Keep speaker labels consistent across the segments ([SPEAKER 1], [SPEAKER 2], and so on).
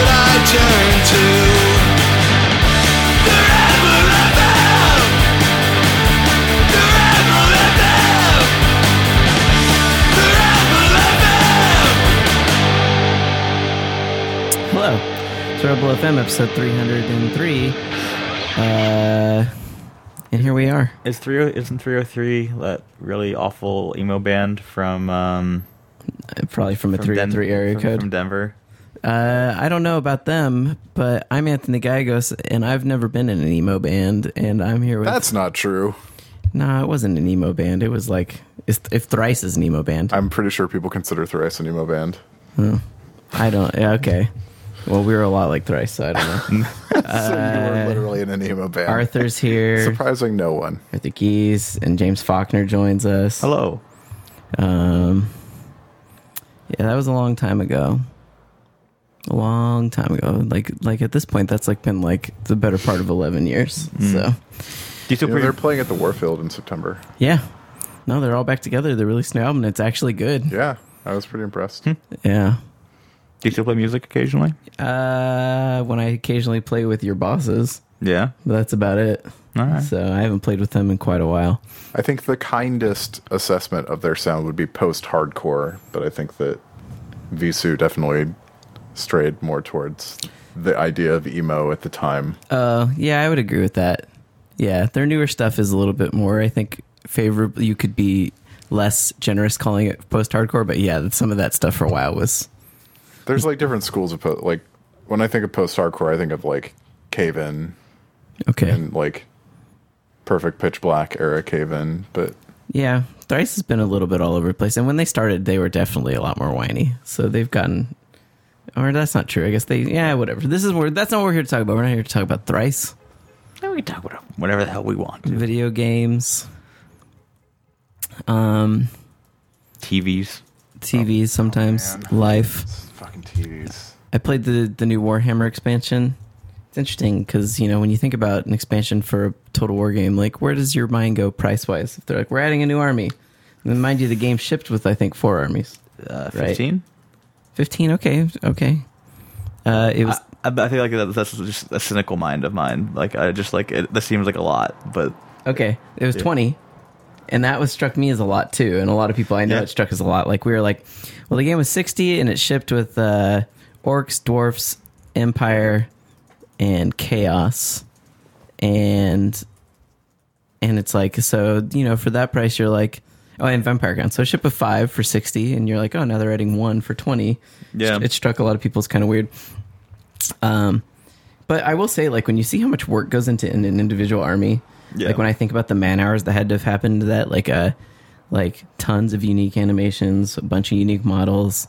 [SPEAKER 1] return to. Forever FM. Forever FM. Forever FM.
[SPEAKER 2] Hello. It's Rebel FM episode 303. Uh, and here we are.
[SPEAKER 3] Is three oh, isn't three hundred three that really awful emo band from um
[SPEAKER 2] Probably from a
[SPEAKER 3] from
[SPEAKER 2] 303 area
[SPEAKER 3] from,
[SPEAKER 2] code.
[SPEAKER 3] from Denver?
[SPEAKER 2] Uh, I don't know about them, but I'm Anthony Gallegos, and I've never been in an emo band, and I'm here with.
[SPEAKER 4] That's not true.
[SPEAKER 2] nah, it wasn't an emo band. It was like. If if Thrice is an emo band.
[SPEAKER 4] I'm pretty sure people consider Thrice an emo band.
[SPEAKER 2] I don't. yeah, Okay. Well, we were a lot like Thrice, so I don't know.
[SPEAKER 4] so you were literally in an emo band.
[SPEAKER 2] Arthur's here.
[SPEAKER 4] Surprising no one.
[SPEAKER 2] Arthur Geese, and James Faulkner joins us.
[SPEAKER 3] Hello.
[SPEAKER 2] Um, yeah, that was a long time ago. A long time ago. Like like at this point, that's like been like the better part of eleven years.
[SPEAKER 3] Mm.
[SPEAKER 2] So
[SPEAKER 3] Do you still
[SPEAKER 4] You know, they're
[SPEAKER 3] pretty,
[SPEAKER 4] playing at the Warfield in September.
[SPEAKER 2] yeah. No, they're all back together. They released an album. and It's actually good.
[SPEAKER 4] Yeah, I was pretty impressed.
[SPEAKER 2] Yeah.
[SPEAKER 3] do you still play music occasionally?
[SPEAKER 2] Uh, when I occasionally play with your bosses,
[SPEAKER 3] Yeah.
[SPEAKER 2] but that's about it.
[SPEAKER 3] All right.
[SPEAKER 2] So I haven't played with them in quite a while.
[SPEAKER 4] I think the kindest assessment of their sound would be post-hardcore, but I think that Visu definitely strayed more towards the idea of emo at the time.
[SPEAKER 2] Uh, yeah, I would agree with that. Yeah, their newer stuff is a little bit more, I think, favorable. You could be less generous calling it post hardcore, but yeah, some of that stuff for a while was.
[SPEAKER 4] There's like different schools of po- like when I think of post-hardcore, I think of like Cave-In
[SPEAKER 2] Okay.
[SPEAKER 4] and like Perfect Pitch Black era Cave-In, but
[SPEAKER 2] yeah, Thrice has been a little bit all over the place. And when they started, they were definitely a lot more whiny. So they've gotten. Or that's not true. I guess they. Yeah, whatever. This is where. That's not what we're here to talk about. We're not here to talk about Thrice,
[SPEAKER 3] we can talk whatever, whatever the hell we want.
[SPEAKER 2] video games, um,
[SPEAKER 3] TVs.
[SPEAKER 2] TVs sometimes, life.
[SPEAKER 4] Oh, fucking TVs.
[SPEAKER 2] I played the the new Warhammer expansion. It's interesting because you know when you think about an expansion for a Total War game, like where does your mind go price wise? If they're like we're adding a new army, and then mind you, the game shipped with I think four armies,
[SPEAKER 3] Uh,
[SPEAKER 2] Right.
[SPEAKER 3] fifteen.
[SPEAKER 2] fifteen. Okay, okay. Uh, it was
[SPEAKER 3] I, I feel like that, that's just a cynical mind of mine. Like I just like it, that seems like a lot, but
[SPEAKER 2] Uh, okay. It was
[SPEAKER 3] Yeah.
[SPEAKER 2] twenty, and that was struck me as a lot too, and a lot of people I know
[SPEAKER 3] Yeah.
[SPEAKER 2] it struck as a lot. Like we were like, well, the game was sixty, and it shipped with uh, orcs, dwarfs, empire, and chaos, and and it's like so you know for that price you're like oh and vampire gun so ship a five for 60 and you're like oh now they're adding one for 20
[SPEAKER 3] Yeah.
[SPEAKER 2] it struck a lot of people as kind of weird um but i will say like when you see how much work goes into in an individual army
[SPEAKER 3] Yeah.
[SPEAKER 2] like when i think about the man hours that had to have happened to that like uh like tons of unique animations a bunch of unique models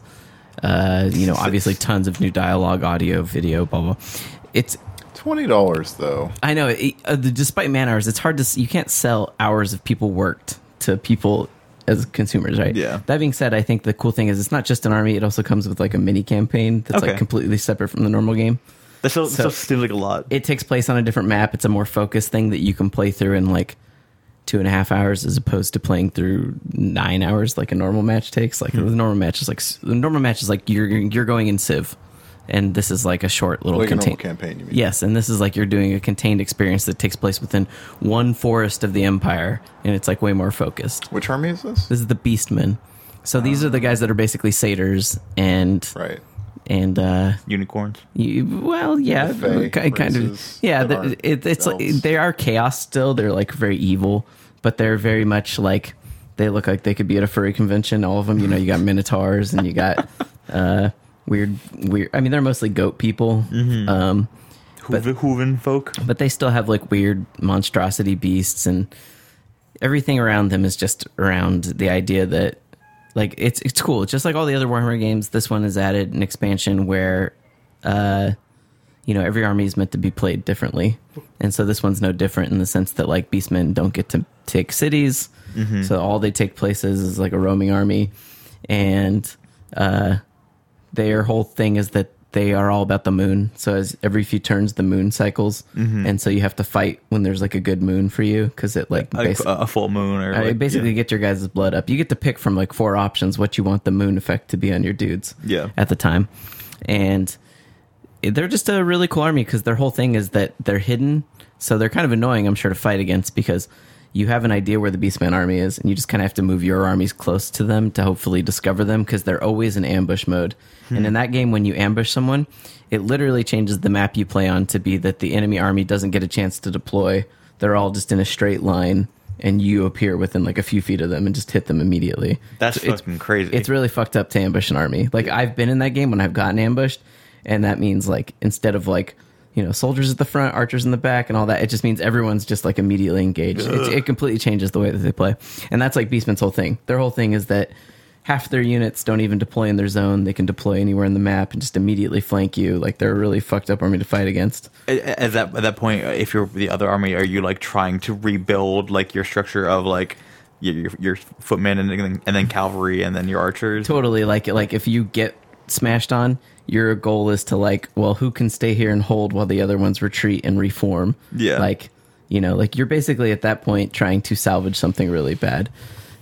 [SPEAKER 2] uh you know obviously tons of new dialogue audio video blah blah it's
[SPEAKER 4] Twenty dollars though.
[SPEAKER 2] I know. It, uh, the, despite man hours, it's hard to. s- You can't sell hours of people worked to people as consumers, right?
[SPEAKER 3] Yeah.
[SPEAKER 2] That being said, I think the cool thing is it's not just an army. It also comes with like a mini campaign that's like
[SPEAKER 3] Okay.
[SPEAKER 2] completely separate from the normal game.
[SPEAKER 3] that still,
[SPEAKER 2] So-
[SPEAKER 3] still seems like a lot.
[SPEAKER 2] It takes place on a different map. It's a more focused thing that you can play through in like two and a half hours, as opposed to playing through nine hours like a normal match takes. Like
[SPEAKER 3] Hmm.
[SPEAKER 2] the normal match is like s- the normal match is like you're you're going in Civ, and this is like a short little
[SPEAKER 4] Like a normal
[SPEAKER 2] contain-
[SPEAKER 4] campaign, you mean?
[SPEAKER 2] Yes, and this is like you're doing a contained experience that takes place within one forest of the empire, and it's like way more focused.
[SPEAKER 4] Which army is this?
[SPEAKER 2] This is the Beastmen. So these are the guys that are basically satyrs and
[SPEAKER 4] right.
[SPEAKER 2] and uh,
[SPEAKER 3] Unicorns.
[SPEAKER 2] you, well, yeah,
[SPEAKER 4] The Fae
[SPEAKER 2] ki- kind of
[SPEAKER 4] races
[SPEAKER 2] yeah.
[SPEAKER 4] that
[SPEAKER 2] The,
[SPEAKER 4] aren't
[SPEAKER 2] it, it's like,
[SPEAKER 4] elves.
[SPEAKER 2] they are chaos still. They're like very evil, but they're very much like they look like they could be at a furry convention. All of them, you know, you got minotaurs and you got uh, weird weird. I mean, they're mostly goat people.
[SPEAKER 4] Mm-hmm.
[SPEAKER 2] Um,
[SPEAKER 3] Hooven, Hooven folk.
[SPEAKER 2] but they still have like weird monstrosity beasts and everything around them is just around the idea that like it's it's cool just like all the other warhammer games this one has added an expansion where uh you know every army is meant to be played differently and so this one's no different in the sense that like beastmen don't get to take cities so all they take places is like a roaming army and uh their whole thing is that they are all about the moon. So as every few turns, the moon cycles, and so you have to fight when there's like a good moon for you because it like
[SPEAKER 3] Like
[SPEAKER 2] basi-
[SPEAKER 3] a, a full moon or
[SPEAKER 2] uh,
[SPEAKER 3] like,
[SPEAKER 2] it basically get your guys' blood up. You get to pick from like four options what you want the moon effect to be on your dudes
[SPEAKER 3] Yeah.
[SPEAKER 2] at the time, and they're just a really cool army because their whole thing is that they're hidden, so they're kind of annoying, I'm sure, to fight against because you have an idea where the Beastman army is, and you just kind of have to move your armies close to them to hopefully discover them because they're always in ambush mode. And in that game, when you ambush someone, it literally changes the map you play on to be that the enemy army doesn't get a chance to deploy. They're all just in a straight line, and you appear within like a few feet of them and just hit them immediately.
[SPEAKER 3] That's
[SPEAKER 2] It's- it's-
[SPEAKER 3] fucking crazy.
[SPEAKER 2] It's really fucked up to ambush an army. Like I've been in that game when I've gotten ambushed, and that means like instead of like you know soldiers at the front, archers in the back, and all that, it just means everyone's just like immediately engaged. It, it completely changes the way that they play, and that's like Beastman's whole thing. Their whole thing is that half their units don't even deploy in their zone; they can deploy anywhere in the map and just immediately flank you. Like they're a really fucked up army to fight against.
[SPEAKER 3] at at that at that point, uh, if you're the other army, are you like trying to rebuild like your structure of like your your, your footmen and then, and then cavalry and then your archers?
[SPEAKER 2] totally like like if you get smashed on your goal is to like well who can stay here and hold while the other ones retreat and reform
[SPEAKER 3] Yeah.
[SPEAKER 2] like you know like you're basically at that point trying to salvage something really bad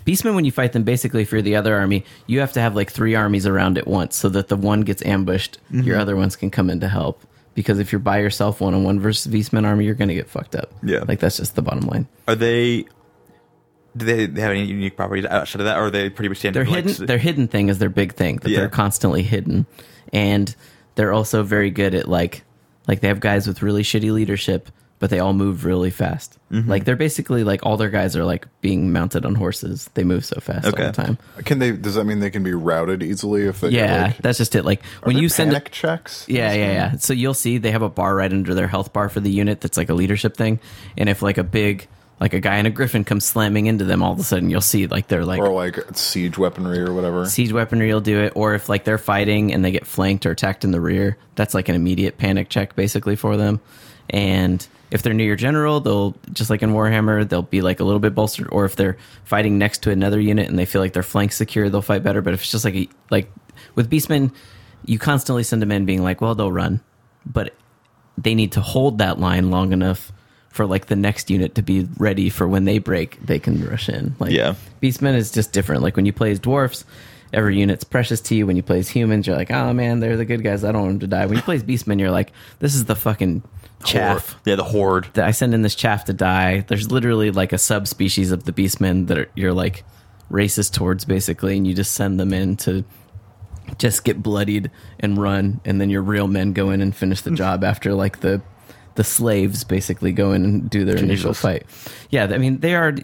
[SPEAKER 2] beastmen when you fight them basically if you're the other army you have to have like three armies around at once so that the one gets ambushed
[SPEAKER 3] Mm-hmm.
[SPEAKER 2] your other ones can come in to help because if you're by yourself one-on-one versus beastmen army you're gonna get fucked up
[SPEAKER 3] Yeah.
[SPEAKER 2] like that's just the bottom line
[SPEAKER 3] Are they? Do they, they have any unique properties outside of that, or are they pretty much standard?
[SPEAKER 2] Their
[SPEAKER 3] like,
[SPEAKER 2] hidden their hidden thing is their big thing that
[SPEAKER 3] Yeah.
[SPEAKER 2] they're constantly hidden, and they're also very good at like like they have guys with really shitty leadership, but they all move really fast.
[SPEAKER 4] Mm-hmm.
[SPEAKER 2] Like they're basically like all their guys are like being mounted on horses. They move so fast all
[SPEAKER 3] Okay.
[SPEAKER 2] the time.
[SPEAKER 4] Can they? Does that mean they can be routed easily if they?
[SPEAKER 2] Yeah,
[SPEAKER 4] Like,
[SPEAKER 2] that's just it. Like
[SPEAKER 4] are
[SPEAKER 2] when
[SPEAKER 4] there
[SPEAKER 2] you send a,
[SPEAKER 4] panic checks.
[SPEAKER 2] yeah, yeah, yeah. So you'll see they have a bar right under their health bar for the unit that's like a leadership thing, and if like a big like a guy in a griffin comes slamming into them, all of a sudden you'll see like they're like
[SPEAKER 4] Or like siege weaponry or whatever.
[SPEAKER 2] siege weaponry will do it or if like they're fighting and they get flanked or attacked in the rear that's like an immediate panic check basically for them and if they're near your general they'll just like in warhammer they'll be like a little bit bolstered or if they're fighting next to another unit and they feel like their flank's secure they'll fight better but if it's just like a, like with beastmen you constantly send them in being like well they'll run but they need to hold that line long enough for like the next unit to be ready for when they break they can rush in like
[SPEAKER 3] Yeah.
[SPEAKER 2] beastmen is just different like when you play as dwarfs every unit's precious to you when you play as humans you're like oh man they're the good guys i don't want them to die when you play as beastmen you're like this is the fucking chaff
[SPEAKER 3] Horde. Yeah, the horde.
[SPEAKER 2] that I send in this chaff to die. There's literally like a subspecies of the beastmen that are, you're like racist towards, basically, and you just send them in to just get bloodied and run, and then your real men go in and finish the job after like the the slaves basically go in and do their initial
[SPEAKER 3] Jesus.
[SPEAKER 2] fight. Yeah, I mean they are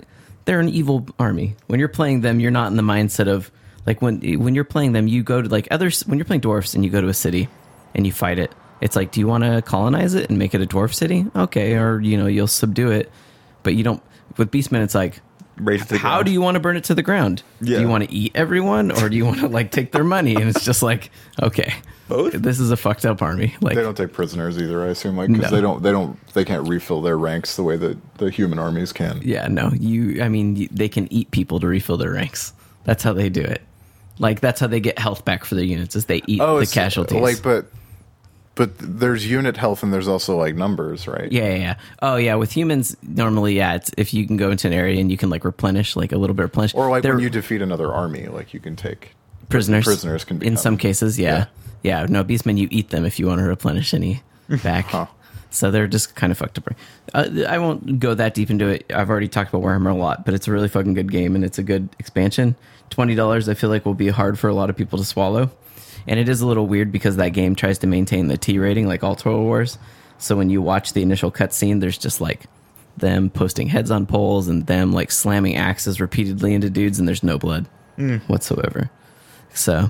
[SPEAKER 2] they're an evil army. When you're playing them, you're not in the mindset of like when when you're playing them, you go to like others when you're playing dwarfs and you go to a city and you fight it. It's like, do you want to colonize it and make it a dwarf city? Okay, or you know you'll subdue it, but you don't. With beastmen, it's like.
[SPEAKER 3] Raise it to the
[SPEAKER 2] How
[SPEAKER 3] ground.
[SPEAKER 2] do you want to burn it to the ground?
[SPEAKER 3] Yeah.
[SPEAKER 2] Do you want to eat everyone or do you want to like take their money? And it's just like, okay,
[SPEAKER 3] Both?
[SPEAKER 2] This is a fucked up army. Like,
[SPEAKER 4] They don't take prisoners either, I assume, like because
[SPEAKER 2] No.
[SPEAKER 4] they don't, they don't, they can't refill their ranks the way that the human armies can.
[SPEAKER 2] Yeah, no. You I mean you, they can eat people to refill their ranks. That's how they do it. Like that's how they get health back for their units is they eat the
[SPEAKER 4] Oh, it's,
[SPEAKER 2] casualties.
[SPEAKER 4] Like, but but there's unit health and there's also like numbers, right?
[SPEAKER 2] yeah, yeah, yeah. Oh yeah, with humans normally yeah, it's if you can go into an area and you can like replenish like a little bit of replenish
[SPEAKER 4] Or like
[SPEAKER 2] They're
[SPEAKER 4] when you defeat another army, like you can take.
[SPEAKER 2] prisoners
[SPEAKER 4] prisoners can be
[SPEAKER 2] in
[SPEAKER 4] health.
[SPEAKER 2] some cases, yeah. yeah. no, beastmen you eat them if you want to replenish any back. So they're just kind of fucked up. Uh, I won't go that deep into it. I've already talked about Warhammer a lot, but it's a really fucking good game and it's a good expansion. Twenty dollars, I feel like, will be hard for a lot of people to swallow, and it is a little weird because that game tries to maintain the T rating like all Total Wars. So when you watch the initial cutscene, there's just like them posting heads on poles and them like slamming axes repeatedly into dudes, and there's no blood whatsoever. So,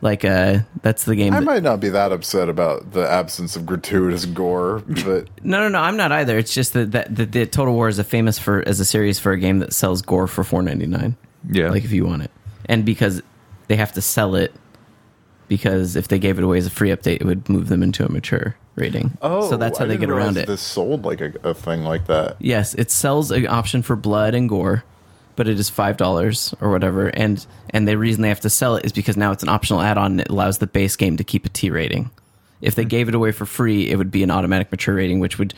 [SPEAKER 2] like, uh, that's the game.
[SPEAKER 4] I
[SPEAKER 2] that-
[SPEAKER 4] might not be that upset about the absence of gratuitous gore, but
[SPEAKER 2] No, no, no. I'm not either. It's just that that, that the Total War is a famous for as a series for a game that sells gore for 4.99.
[SPEAKER 3] Yeah.
[SPEAKER 2] like if you want it, and because they have to sell it because if they gave it away as a free update, it would move them into a mature rating. so that's how
[SPEAKER 4] Oh, I
[SPEAKER 2] they
[SPEAKER 4] didn't
[SPEAKER 2] get around
[SPEAKER 4] realize
[SPEAKER 2] it.
[SPEAKER 4] This sold like a, a thing like that.
[SPEAKER 2] Yes, it sells an option for blood and gore, but it is five dollars or whatever. And and the reason they have to sell it is because now it's an optional add-on. And it allows the base game to keep a T rating. If they gave it away for free, it would be an automatic mature rating, which would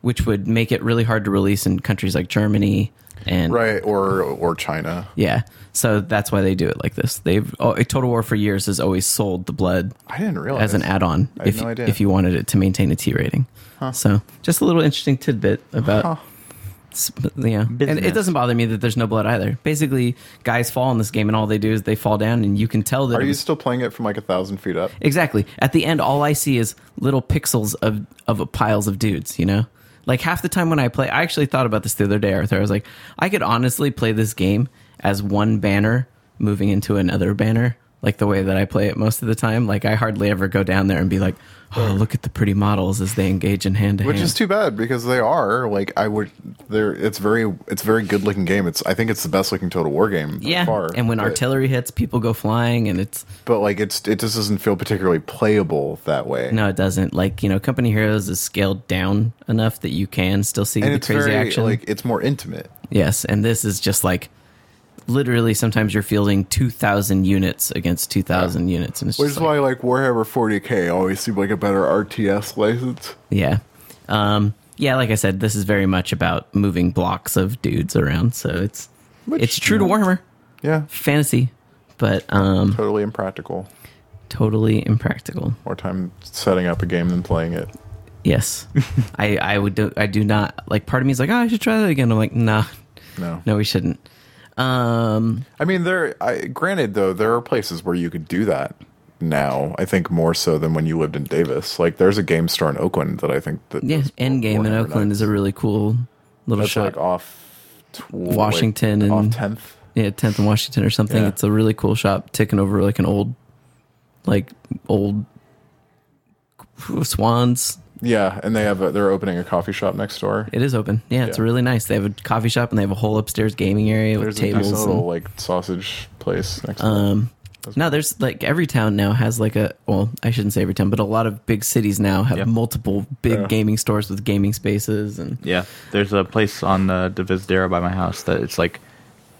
[SPEAKER 2] which would make it really hard to release in countries like Germany and
[SPEAKER 4] right or or China.
[SPEAKER 2] yeah. So that's why they do it like this. They've oh, Total War for years has always sold the blood
[SPEAKER 4] I didn't realize
[SPEAKER 2] as an add-on
[SPEAKER 4] I had
[SPEAKER 2] if
[SPEAKER 4] no idea.
[SPEAKER 2] if you wanted it to maintain a T rating. So just a little interesting tidbit about. sp- Yeah, and
[SPEAKER 3] Business.
[SPEAKER 2] it doesn't bother me that there's no blood either. Basically, guys fall in this game, and all they do is they fall down, and you can tell that
[SPEAKER 4] Are
[SPEAKER 2] it
[SPEAKER 4] you
[SPEAKER 2] was-
[SPEAKER 4] still playing it from like a thousand feet up?
[SPEAKER 2] Exactly. At the end, all I see is little pixels of of a piles of dudes. You know, like half the time when I play, I actually thought about this the other day, Arthur. I was like, I could honestly play this game as one banner moving into another banner, like the way that I play it most of the time. Like I hardly ever go down there and be like, oh, look at the pretty models as they engage in hand to
[SPEAKER 4] Which is
[SPEAKER 2] hand.
[SPEAKER 4] too bad because they are like I would. They're it's very it's a very good looking game. It's I think it's the best looking Total War game by
[SPEAKER 2] Yeah,
[SPEAKER 4] far.
[SPEAKER 2] and when
[SPEAKER 4] but,
[SPEAKER 2] artillery hits, people go flying, and it's
[SPEAKER 4] but like it's it just doesn't feel particularly playable that way.
[SPEAKER 2] no, it doesn't. Like you know, Company Heroes is scaled down enough that you can still see
[SPEAKER 4] and
[SPEAKER 2] the
[SPEAKER 4] it's
[SPEAKER 2] crazy
[SPEAKER 4] very
[SPEAKER 2] action.
[SPEAKER 4] like it's more intimate.
[SPEAKER 2] Yes, and this is just like literally sometimes you're fielding 2000 units against 2000 units and it's
[SPEAKER 4] Which
[SPEAKER 2] just
[SPEAKER 4] is
[SPEAKER 2] like,
[SPEAKER 4] why like Warhammer 40k always seemed like a better RTS license.
[SPEAKER 2] yeah. Um yeah, like I said, this is very much about moving blocks of dudes around, so it's
[SPEAKER 4] Which-
[SPEAKER 2] it's true to Warhammer
[SPEAKER 4] Yeah,
[SPEAKER 2] fantasy, but um
[SPEAKER 4] totally impractical.
[SPEAKER 2] totally impractical.
[SPEAKER 4] More time setting up a game than playing it.
[SPEAKER 2] Yes. I I would do, I do not like part of me is like, "Oh, I should try that again." I'm like, "Nah.
[SPEAKER 4] No,
[SPEAKER 2] No, we shouldn't." Um
[SPEAKER 4] I mean there. I, granted, though, there are places where you could do that now. I think more so than when you lived in Davis. Like, there's a game store in Oakland that I think that
[SPEAKER 2] yeah,
[SPEAKER 4] does
[SPEAKER 2] Endgame in
[SPEAKER 4] Warhammer
[SPEAKER 2] Oakland
[SPEAKER 4] Knights.
[SPEAKER 2] is a really cool little
[SPEAKER 4] That's
[SPEAKER 2] shot.
[SPEAKER 4] like off tw-
[SPEAKER 2] Washington
[SPEAKER 4] like,
[SPEAKER 2] and-
[SPEAKER 4] off tenth.
[SPEAKER 2] Yeah, tenth in Washington or something.
[SPEAKER 4] Yeah.
[SPEAKER 2] It's a really cool shop, taking over like an old, like old Swans.
[SPEAKER 4] Yeah, and they have a, they're opening a coffee shop next door.
[SPEAKER 2] It is open. Yeah, it's
[SPEAKER 4] Yeah.
[SPEAKER 2] really nice. They have a coffee shop and they have a whole upstairs gaming area
[SPEAKER 4] There's
[SPEAKER 2] with
[SPEAKER 4] a nice
[SPEAKER 2] tables.
[SPEAKER 4] little
[SPEAKER 2] and-
[SPEAKER 4] like sausage place next. door.
[SPEAKER 2] um, no, there's like every town now has like a well, I shouldn't say every town, but a lot of big cities now have
[SPEAKER 3] Yeah.
[SPEAKER 2] multiple big
[SPEAKER 4] Yeah.
[SPEAKER 2] gaming stores with gaming spaces and
[SPEAKER 3] Yeah, there's a place on uh, Divisadero by my house that it's like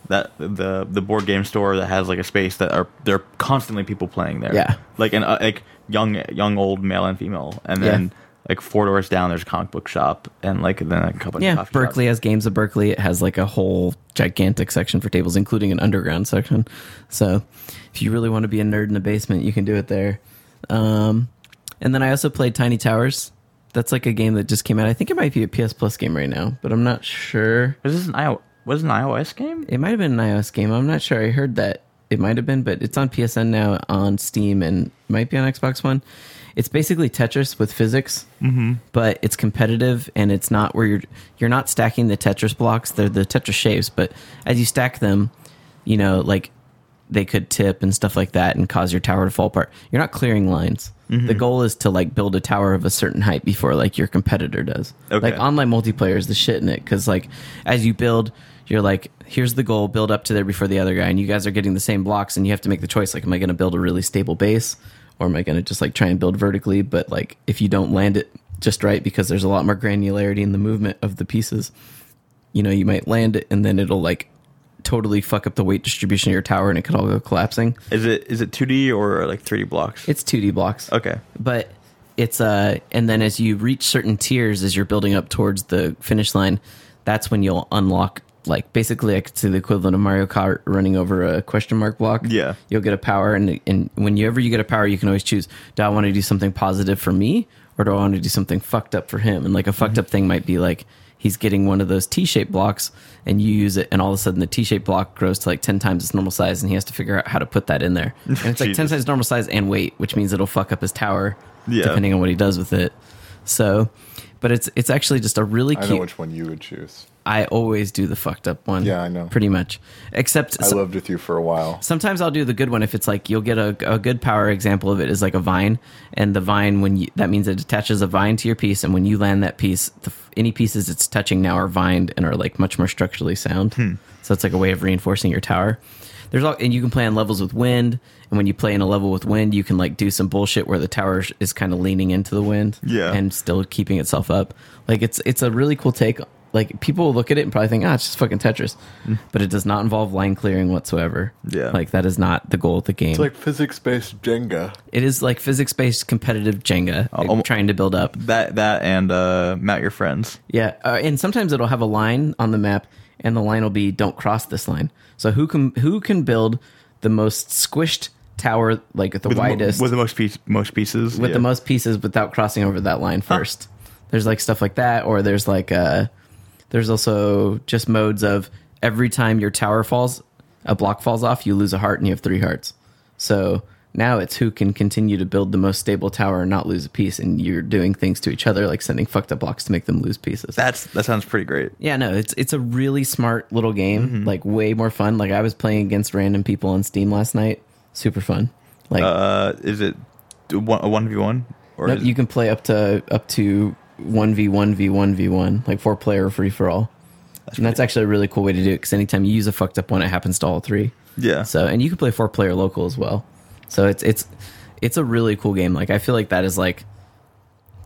[SPEAKER 3] that the the board game store that has like a space that are there are constantly people playing there.
[SPEAKER 2] Yeah.
[SPEAKER 3] like and uh, like young young old male and female, and then
[SPEAKER 2] Yeah.
[SPEAKER 3] like four doors down there's a comic book shop and like then a couple of
[SPEAKER 2] yeah.
[SPEAKER 3] coffee shops.
[SPEAKER 2] Berkeley has games of Berkeley. It has like a whole gigantic section for tables, including an underground section. So if you really want to be a nerd in the basement, you can do it there. Um, and then I also played Tiny Towers. That's like a game that just came out. I think it might be a PS Plus game right now, but I'm not sure.
[SPEAKER 3] Is this an I was it an iOS game?
[SPEAKER 2] It might have been an iOS game. I'm not sure. I heard that it might have been, but it's on PSN now on Steam and might be on Xbox One. It's basically Tetris with physics, mm-hmm. but it's competitive and it's not where you're you're not stacking the Tetris blocks. They're the Tetris shapes, but as you stack them, you know, like they could tip and stuff like that and cause your tower to fall apart. You're not clearing lines. The goal is to like build a tower of a certain height before like your competitor does.
[SPEAKER 3] Okay.
[SPEAKER 2] Like online multiplayer is the shit in it because like as you build, you're like, here's the goal, build up to there before the other guy, and you guys are getting the same blocks, and you have to make the choice like, am I going to build a really stable base, or am I going to just like try and build vertically? But like if you don't land it just right because there's a lot more granularity in the movement of the pieces, you know, you might land it and then it'll like totally fuck up the weight distribution of your tower and it could all go collapsing.
[SPEAKER 3] Is it is it 2D or like 3D blocks?
[SPEAKER 2] It's 2D blocks.
[SPEAKER 3] okay.
[SPEAKER 2] But it's uh and then as you reach certain tiers as you're building up towards the finish line, that's when you'll unlock like basically I could say the equivalent of Mario Kart running over a question mark block.
[SPEAKER 3] Yeah.
[SPEAKER 2] You'll get a power and and whenever you get a power you can always choose, do I want to do something positive for me or do I want to do something fucked up for him? And like a
[SPEAKER 4] Mm-hmm.
[SPEAKER 2] fucked up thing might be like he's getting one of those T-shaped blocks and you use it and all of a sudden the T-shaped block grows to like 10 times its normal size and he has to figure out how to put that in there. And it's like 10
[SPEAKER 3] Jesus.
[SPEAKER 2] times normal size and weight, which means it'll fuck up his tower
[SPEAKER 3] Yeah.
[SPEAKER 2] depending on what he does with it. So, but it's it's actually just a really
[SPEAKER 4] I know
[SPEAKER 2] cute.
[SPEAKER 4] which one you would choose.
[SPEAKER 2] I always do the fucked up one.
[SPEAKER 4] Yeah, I know.
[SPEAKER 2] Pretty much, except
[SPEAKER 4] I
[SPEAKER 2] so-
[SPEAKER 4] lived with you for a while.
[SPEAKER 2] sometimes I'll do the good one if it's like you'll get a, a good power example of it is like a vine, and the vine when you that means it attaches a vine to your piece, and when you land that piece, the, f- any pieces it's touching now are vined and are like much more structurally sound. So it's like a way of reinforcing your tower. There's all, and you can play on levels with wind, and when you play in a level with wind, you can like do some bullshit where the tower sh- is kind of leaning into the wind,
[SPEAKER 3] Yeah.
[SPEAKER 2] and still keeping itself up. Like it's it's a really cool take like people will look at it and probably think, ah, it's just fucking Tetris, but it does not involve line clearing whatsoever.
[SPEAKER 3] Mm. Yeah.
[SPEAKER 2] like that is not the goal of the game.
[SPEAKER 4] It's like physics based Jenga.
[SPEAKER 2] it is like physics based competitive Jenga like,
[SPEAKER 3] Oh, almo-
[SPEAKER 2] trying to build up.
[SPEAKER 3] That that and uh, Mount Your Friends.
[SPEAKER 2] Yeah, uh, and sometimes it'll have a line on the map, and the line will be "Don't cross this line." So who can who can build the most squished tower, like the
[SPEAKER 3] With the mo-
[SPEAKER 2] widest,
[SPEAKER 3] with
[SPEAKER 2] with,
[SPEAKER 3] the most piece, most pieces.
[SPEAKER 2] the most pieces, without crossing over that line first? There's like stuff like that, or there's like uh, there's also just modes of every time your tower falls, a block falls off, you lose a heart, and you have three hearts. So now it's who can continue to build the most stable tower and not lose a piece, and you're doing things to each other like sending fucked up blocks to make them lose pieces.
[SPEAKER 3] That's that sounds pretty great.
[SPEAKER 2] Yeah, no, it's it's a really smart little game. Like way more fun. Like I was playing against random people on Steam last night. Super fun. Like
[SPEAKER 3] Uh, is it one one v one or
[SPEAKER 2] nope,
[SPEAKER 3] is
[SPEAKER 2] you can play up to up to one v one v one v one, like four player free for all. and that's actually a really cool way to do it because anytime you use a fucked up one, it happens to all three.
[SPEAKER 3] yeah?
[SPEAKER 2] So and you can play four player local as well. So it's it's it's a really cool game. Like I feel like that is like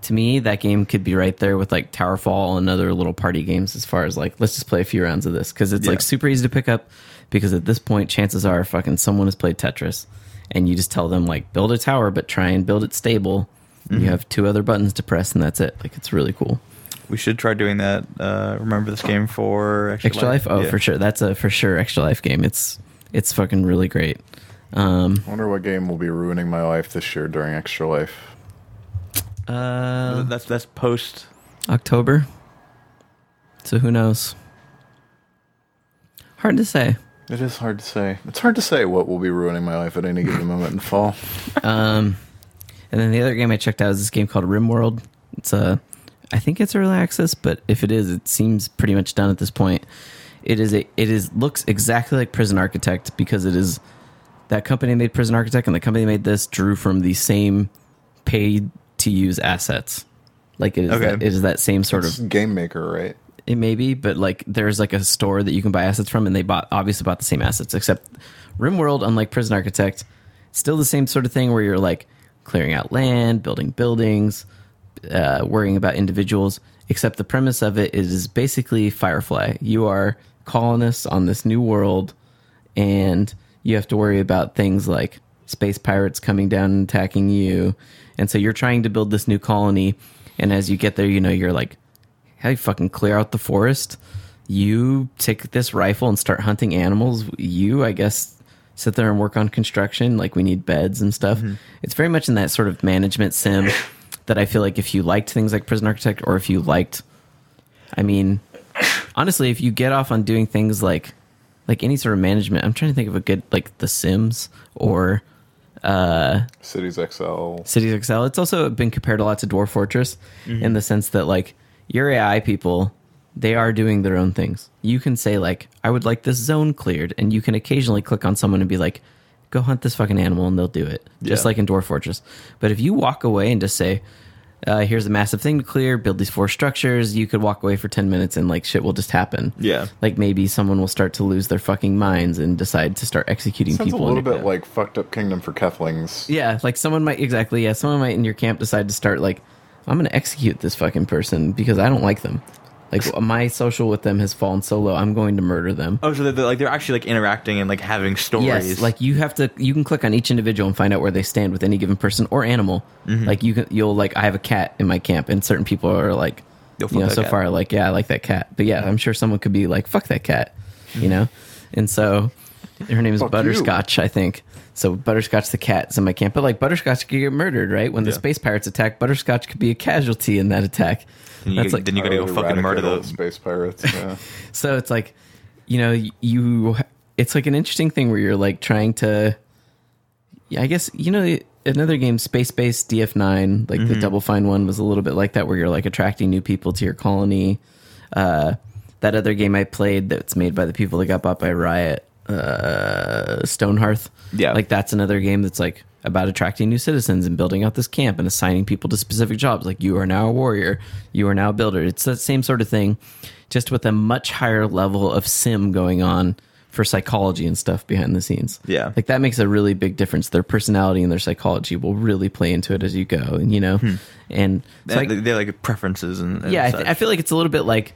[SPEAKER 2] to me that game could be right there with like Towerfall and other little party games as far as like let's just play a few rounds of this because it's like
[SPEAKER 3] Yeah.
[SPEAKER 2] super easy to pick up because at this point chances are fucking someone has played Tetris and you just tell them like build a tower but try and build it stable.
[SPEAKER 3] Mm-hmm.
[SPEAKER 2] You have two other buttons to press and that's it. Like it's really cool.
[SPEAKER 3] we should try doing that. Uh, remember this game for extra,
[SPEAKER 2] Extra life, oh
[SPEAKER 3] Yeah.
[SPEAKER 2] for sure. That's a for sure extra life game. It's it's fucking really great. Um
[SPEAKER 4] I wonder what game will be ruining my life this year during Extra Life.
[SPEAKER 2] uh,
[SPEAKER 3] That's that's post.
[SPEAKER 2] October. So who knows? Hard to say.
[SPEAKER 4] It is hard to say. It's hard to say what will be ruining my life at any given moment in fall.
[SPEAKER 2] Um, and then the other game I checked out is this game called RimWorld. It's a, I think it's early access, but if it is, it seems pretty much done at this point. It is a, it is looks exactly like Prison Architect because it is that company that made Prison Architect and the company that made this drew from the same paid to use assets. Like it is
[SPEAKER 3] Okay.
[SPEAKER 2] that, it is that same sort of
[SPEAKER 4] It's Game Maker, right?
[SPEAKER 2] It may be, but like there's like a store that you can buy assets from, and they bought obviously bought the same assets, except RimWorld, unlike Prison Architect, still the same sort of thing where you're like clearing out land, building buildings, uh, worrying about individuals. Except the premise of it is basically Firefly. You are colonists on this new world, and you have to worry about things like space pirates coming down and attacking you. And so you're trying to build this new colony, and as you get there, you know you're like how you fucking clear out the forest. You take this rifle and start hunting animals. You, I guess, sit there and work on construction. Like we need beds and stuff. It's very much in that sort of management sim that I feel like if you liked things like Prison Architect or if you liked, I mean, honestly, if you get off on doing things like like any sort of management, I'm trying to think of a good like The Sims or
[SPEAKER 4] Cities XL.
[SPEAKER 2] Cities Excel. It's also been compared a lot to Dwarf Fortress
[SPEAKER 3] Mm-hmm.
[SPEAKER 2] in the sense that like your AI people, they are doing their own things. You can say like, I would like this zone cleared, and you can occasionally click on someone and be like, go hunt this fucking animal, and they'll do it, just
[SPEAKER 3] Yeah.
[SPEAKER 2] like in Dwarf Fortress. But if you walk away and just say. Uh, here's a massive thing to clear. Build these four structures. You could walk away for ten minutes, and like shit will just happen.
[SPEAKER 3] Yeah.
[SPEAKER 2] Like maybe someone will start to lose their fucking minds and decide to start executing
[SPEAKER 4] Sounds a
[SPEAKER 2] people. in
[SPEAKER 4] little
[SPEAKER 2] your
[SPEAKER 4] bit
[SPEAKER 2] camp.
[SPEAKER 4] like fucked up Kingdom for Keflings.
[SPEAKER 2] Yeah, like someone might exactly. Yeah, someone might in your camp decide to start like, I'm going to execute this fucking person because I don't like them. Like my social with them has fallen so low. I'm going to murder them.
[SPEAKER 3] Oh, so they're, they're, like they're actually like interacting and like having stories.
[SPEAKER 2] Yes, like you have to. You can click on each individual and find out where they stand with any given person or animal.
[SPEAKER 3] Mm-hmm.
[SPEAKER 2] Like you can, you'll like. I have a cat in my camp, and certain people are like,
[SPEAKER 3] You'll
[SPEAKER 2] you
[SPEAKER 3] fuck
[SPEAKER 2] know,
[SPEAKER 3] that
[SPEAKER 2] so
[SPEAKER 3] cat.
[SPEAKER 2] far like, yeah, I like that cat. But yeah, I'm sure someone could be like, fuck that cat, you know. And so her name is
[SPEAKER 4] Fuck
[SPEAKER 2] Butterscotch, I think. So Butterscotch the cat's in my camp, but like Butterscotch could get murdered, right? When the
[SPEAKER 3] Yeah.
[SPEAKER 2] space pirates attack, Butterscotch could be a casualty in that attack.
[SPEAKER 3] And you,
[SPEAKER 2] That's
[SPEAKER 3] go-
[SPEAKER 2] like
[SPEAKER 3] then you gotta go
[SPEAKER 4] Really
[SPEAKER 3] fucking murder
[SPEAKER 4] eradicate all the
[SPEAKER 3] those.
[SPEAKER 4] space pirates. Yeah.
[SPEAKER 2] so it's like you know you it's like an interesting thing where you're like trying to yeah i guess you know another game space based df9 like the double fine one was a little bit like that where you're like attracting new people to your colony uh that other game i played that's made by the people that got bought by riot uh stonehearth
[SPEAKER 3] Yeah.
[SPEAKER 2] like that's another game that's like about attracting new citizens and building out this camp and assigning people to specific jobs like you are now a warrior you are now a builder it's that same sort of thing just with a much higher level of sim going on for psychology and stuff behind the scenes
[SPEAKER 3] Yeah.
[SPEAKER 2] like that makes a really big difference their personality and their psychology will really play into it as you go and you know and so I-
[SPEAKER 3] And they- they're like preferences and, and
[SPEAKER 2] yeah I,
[SPEAKER 3] such.
[SPEAKER 2] th- I feel like it's a little bit like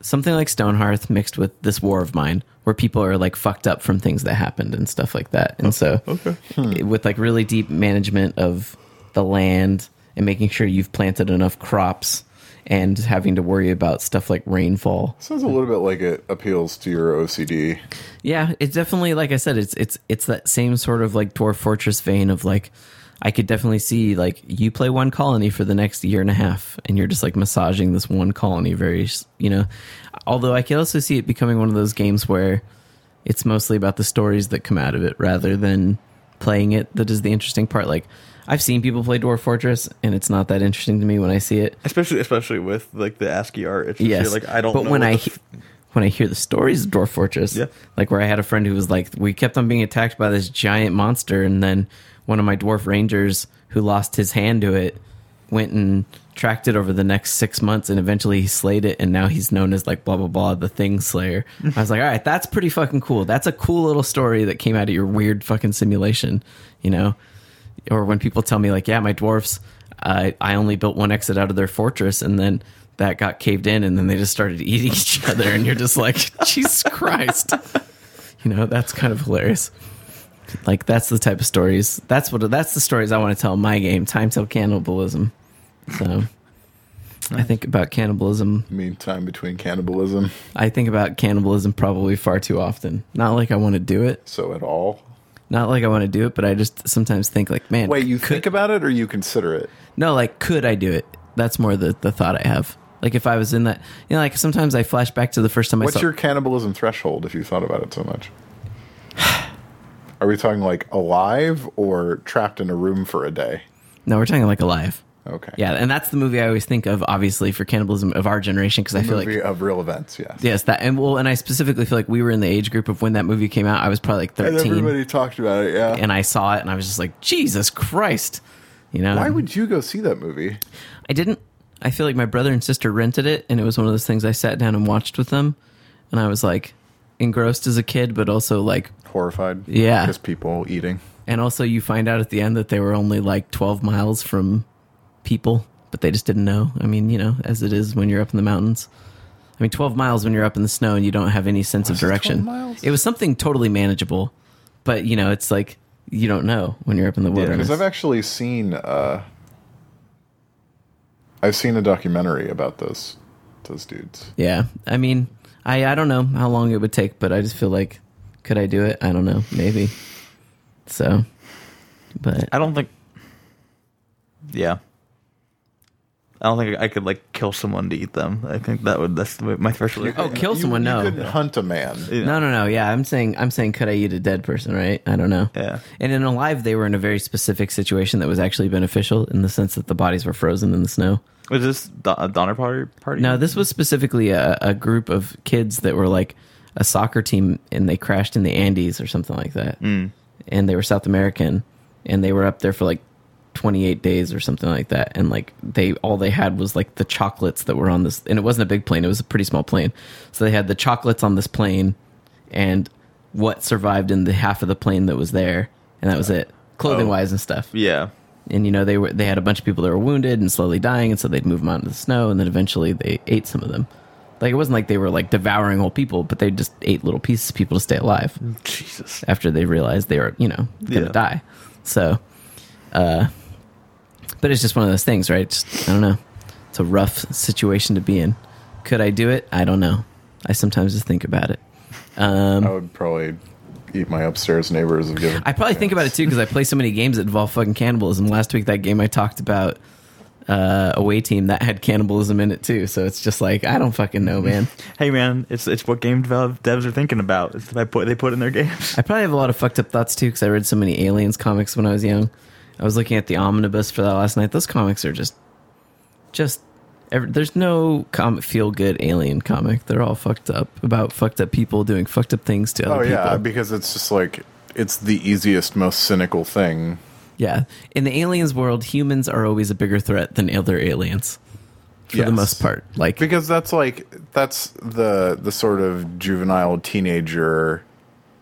[SPEAKER 2] something like Stonehearth mixed with this war of mine, where people are like fucked up from things that happened and stuff like that. And so,
[SPEAKER 3] Oh, Hmm.
[SPEAKER 2] it- with like really deep management of the land and making sure you've planted enough crops and having to worry about stuff like rainfall.
[SPEAKER 4] Sounds a little bit like it appeals to your OCD.
[SPEAKER 2] Yeah, it's definitely like I said, it's it's it's that same sort of like dwarf fortress vein of like I could definitely see like you play one colony for the next year and a half, and you're just like massaging this one colony very s- you know. Although I can also see it becoming one of those games where it's mostly about the stories that come out of it rather than playing it that is the interesting part. Like I've seen people play Dwarf Fortress, and it's not that interesting to me when I see it.
[SPEAKER 3] especially especially with like the ASCII art. It's just,
[SPEAKER 2] Yes,
[SPEAKER 3] you're like I don't.
[SPEAKER 2] But
[SPEAKER 3] know
[SPEAKER 2] when
[SPEAKER 3] what
[SPEAKER 2] I
[SPEAKER 3] the
[SPEAKER 2] he-
[SPEAKER 3] f-
[SPEAKER 2] when I hear the stories of Dwarf Fortress,
[SPEAKER 3] Yeah.
[SPEAKER 2] like where I had a friend who was like, we kept on being attacked by this giant monster, and then one of my dwarf rangers who lost his hand to it went and tracked it over the next six months, and eventually he slayed it, and now he's known as like blah blah blah the Thing Slayer. I was like, all right, that's pretty fucking cool. That's a cool little story that came out of your weird fucking simulation, you know or when people tell me like, yeah, my dwarfs, I I only built one exit out of their fortress, and then that got caved in, and then they just started eating each other, and you're just like, Jesus Christ, you know, that's kind of hilarious. Like that's the type of stories. That's what that's the stories I want to tell in my game. Time till cannibalism. So I think about cannibalism.
[SPEAKER 4] Meantime between cannibalism,
[SPEAKER 2] I think about cannibalism probably far too often. Not like I want to do it.
[SPEAKER 4] so at all.
[SPEAKER 2] Not like I want to do it, but I just sometimes think like, man,
[SPEAKER 4] Wait, you
[SPEAKER 2] could-
[SPEAKER 4] think about it or you consider it?
[SPEAKER 2] No, like could I do it? That's more the the thought I have. Like if I was in that, you know, like sometimes I flash back to the first time I
[SPEAKER 4] What's
[SPEAKER 2] saw.
[SPEAKER 4] your cannibalism threshold if you thought about it so much? Are we talking like alive or trapped in a room for a day?
[SPEAKER 2] no, we're talking like alive.
[SPEAKER 4] Okay.
[SPEAKER 2] Yeah, and that's the movie I always think of, obviously for cannibalism of our generation, because I feel
[SPEAKER 4] Movie
[SPEAKER 2] like
[SPEAKER 4] of real events, yes.
[SPEAKER 2] yes, that and well, and I specifically feel like we were in the age group of when that movie came out. I was probably like
[SPEAKER 4] And
[SPEAKER 2] thirteen,
[SPEAKER 4] everybody talked about it, yeah.
[SPEAKER 2] and I saw it, and I was just like, Jesus Christ, you know?
[SPEAKER 4] Why would you go see that movie?
[SPEAKER 2] I didn't. I feel like my brother and sister rented it, and it was one of those things I sat down and watched with them, and I was like engrossed as a kid, but also like
[SPEAKER 4] Horrified.
[SPEAKER 2] Yeah.
[SPEAKER 4] Just people eating.
[SPEAKER 2] And also, you find out at the end that they were only like 12 miles from people, but they just didn't know. I mean, you know, as it is when you're up in the mountains. I mean, 12 miles when you're up in the snow and you don't have any sense of
[SPEAKER 4] it
[SPEAKER 2] direction.
[SPEAKER 4] 12 miles?
[SPEAKER 2] It was something totally manageable, but you know, it's like you don't know when you're up in the wilderness.
[SPEAKER 4] Because I've actually seen uh I've seen a documentary about those those dudes.
[SPEAKER 2] yeah. I mean, I, I don't know how long it would take, but I just feel like, could I do it? I don't know. Maybe. So, but
[SPEAKER 3] I don't think. Yeah. I don't think I could like kill someone to eat them. I think that would that's the- my threshold.
[SPEAKER 2] Oh, kill someone,
[SPEAKER 4] You
[SPEAKER 2] no.
[SPEAKER 4] couldn't hunt a man.
[SPEAKER 2] No, no, no. Yeah, I'm saying, I'm saying, could I eat a dead person? Right? I don't know.
[SPEAKER 3] Yeah.
[SPEAKER 2] And in alive, they were in a very specific situation that was actually beneficial in the sense that the bodies were frozen in the snow.
[SPEAKER 3] Was this Do- a Donner Party? Party?
[SPEAKER 2] No, this was specifically a, a group of kids that were like a soccer team, and they crashed in the Andes or something like that. Mm. And they were South American, and they were up there for like 28 days or something like that. And like they all they had was like the chocolates that were on this, and it wasn't a big plane; it was a pretty small plane. So they had the chocolates on this plane, and what survived in the half of the plane that was there, and that was it, clothing wise and stuff
[SPEAKER 3] Yeah.
[SPEAKER 2] and you know they were they had a bunch of people that were wounded and slowly dying and so they'd move them out into the snow and then eventually they ate some of them like it wasn't like they were like devouring whole people but they just ate little pieces of people to stay alive
[SPEAKER 3] Jesus.
[SPEAKER 2] after they realized they were you know gonna
[SPEAKER 3] Yeah.
[SPEAKER 2] die so uh but it's just one of those things right just, i don't know it's a rough situation to be in could i do it i don't know i sometimes just think about it
[SPEAKER 4] I would probably eat my upstairs neighbors if given.
[SPEAKER 2] Um, I probably think about it too because I play so many games that involve fucking cannibalism. Last week, that game I talked about uh, away team that had cannibalism in it too. So it's just like I don't fucking know, man.
[SPEAKER 3] Hey man, it's it's what game dev- devs are thinking about. It's what I put they put in their games.
[SPEAKER 2] I probably have a lot of fucked up thoughts too because I read so many aliens comics when I was young. I was looking at the omnibus for that last night. Those comics are just, just. Every, there's no com- feel good alien comic. They're all fucked up about fucked up people doing fucked up things to
[SPEAKER 4] Oh
[SPEAKER 2] other people.
[SPEAKER 4] yeah, because it's just like it's the easiest, most cynical thing.
[SPEAKER 2] Yeah. In the aliens world, humans are always a bigger threat than other aliens for the
[SPEAKER 4] Yes.
[SPEAKER 2] most part. Like,
[SPEAKER 4] Because that's like that's the the sort of juvenile teenager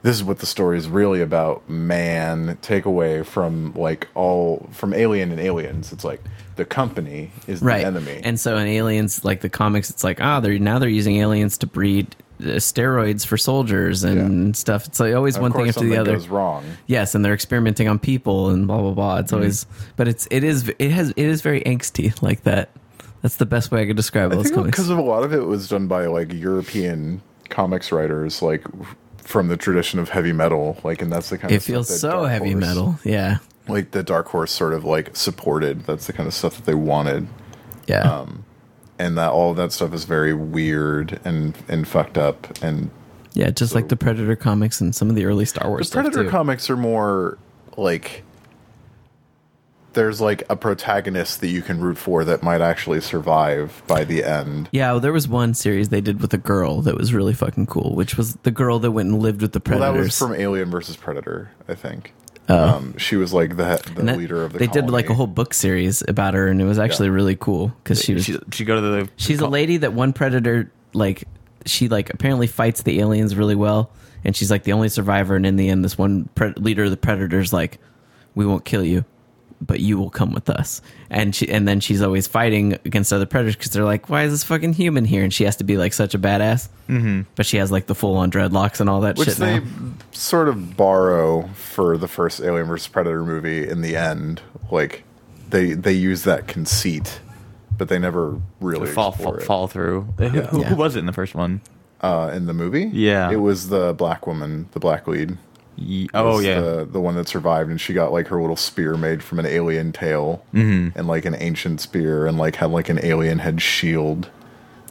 [SPEAKER 4] this is what the story is really about, man. Take away from like all from Alien and Aliens. It's like the company is
[SPEAKER 2] right
[SPEAKER 4] the enemy.
[SPEAKER 2] and so in aliens like the comics it's like ah they're now they're using aliens to breed uh, steroids for soldiers and stuff it's like always
[SPEAKER 4] of
[SPEAKER 2] one
[SPEAKER 4] course,
[SPEAKER 2] thing after the
[SPEAKER 4] something
[SPEAKER 2] other
[SPEAKER 4] goes wrong.
[SPEAKER 2] yes and they're experimenting on people and blah blah blah it's
[SPEAKER 4] Mm-hmm.
[SPEAKER 2] always but it's it is it has it is very angsty like that that's the best way i could describe
[SPEAKER 4] I
[SPEAKER 2] those
[SPEAKER 4] think
[SPEAKER 2] comics
[SPEAKER 4] because of a lot of it was done by like European comics writers, like from the tradition of heavy metal, like, and that's the kind
[SPEAKER 2] it
[SPEAKER 4] of stuff
[SPEAKER 2] feels
[SPEAKER 4] that
[SPEAKER 2] so
[SPEAKER 4] Dark
[SPEAKER 2] heavy
[SPEAKER 4] Horse-
[SPEAKER 2] metal yeah
[SPEAKER 4] Like the Dark Horse sort of like supported. That's the kind of stuff that they wanted,
[SPEAKER 2] yeah
[SPEAKER 4] Um, and that all of that stuff is very weird and and fucked up. And
[SPEAKER 2] yeah just like the predator comics and some of the early star wars
[SPEAKER 4] the Predator
[SPEAKER 2] stuff too.
[SPEAKER 4] comics are more like there's like a protagonist that you can root for that might actually survive by the end.
[SPEAKER 2] yeah, well, there was one series they did with a girl that was really fucking cool, which was the girl that went and lived with the
[SPEAKER 4] Well,
[SPEAKER 2] predators. Oh.
[SPEAKER 4] that was from Alien versus Predator, I think. Um, she was like the he- the
[SPEAKER 2] And that-
[SPEAKER 4] leader of the.
[SPEAKER 2] they did like a
[SPEAKER 4] colony.
[SPEAKER 2] whole book series about her and it was actually really cool because she was
[SPEAKER 3] She she go to the
[SPEAKER 2] she's a lady that one predator like she like apparently fights the aliens really well and she's like the only survivor and in the end this one pre- leader of the predators like we won't kill you but you will come with us and she and then she's always fighting against other predators because they're like why is this fucking human here and she has to be like such a badass mm-hmm. but she has like the full-on dreadlocks and all that
[SPEAKER 4] which
[SPEAKER 2] shit
[SPEAKER 4] they
[SPEAKER 2] now
[SPEAKER 4] sort of borrow for the first Alien versus Predator movie. In the end, like they they use that conceit, but they never really
[SPEAKER 3] fall
[SPEAKER 4] explore
[SPEAKER 3] fall,
[SPEAKER 4] it.
[SPEAKER 3] fall through. Who, who,
[SPEAKER 2] Yeah.
[SPEAKER 3] who was it in the first one?
[SPEAKER 4] Uh, in the movie.
[SPEAKER 3] Yeah.
[SPEAKER 4] it was the black woman, the black lead.
[SPEAKER 3] Ye- oh
[SPEAKER 4] was
[SPEAKER 3] yeah,
[SPEAKER 2] uh,
[SPEAKER 4] the, the one that survived, and she got like her little spear made from an alien tail
[SPEAKER 3] Mm-hmm.
[SPEAKER 4] and like an ancient spear, and like had like an alien head shield.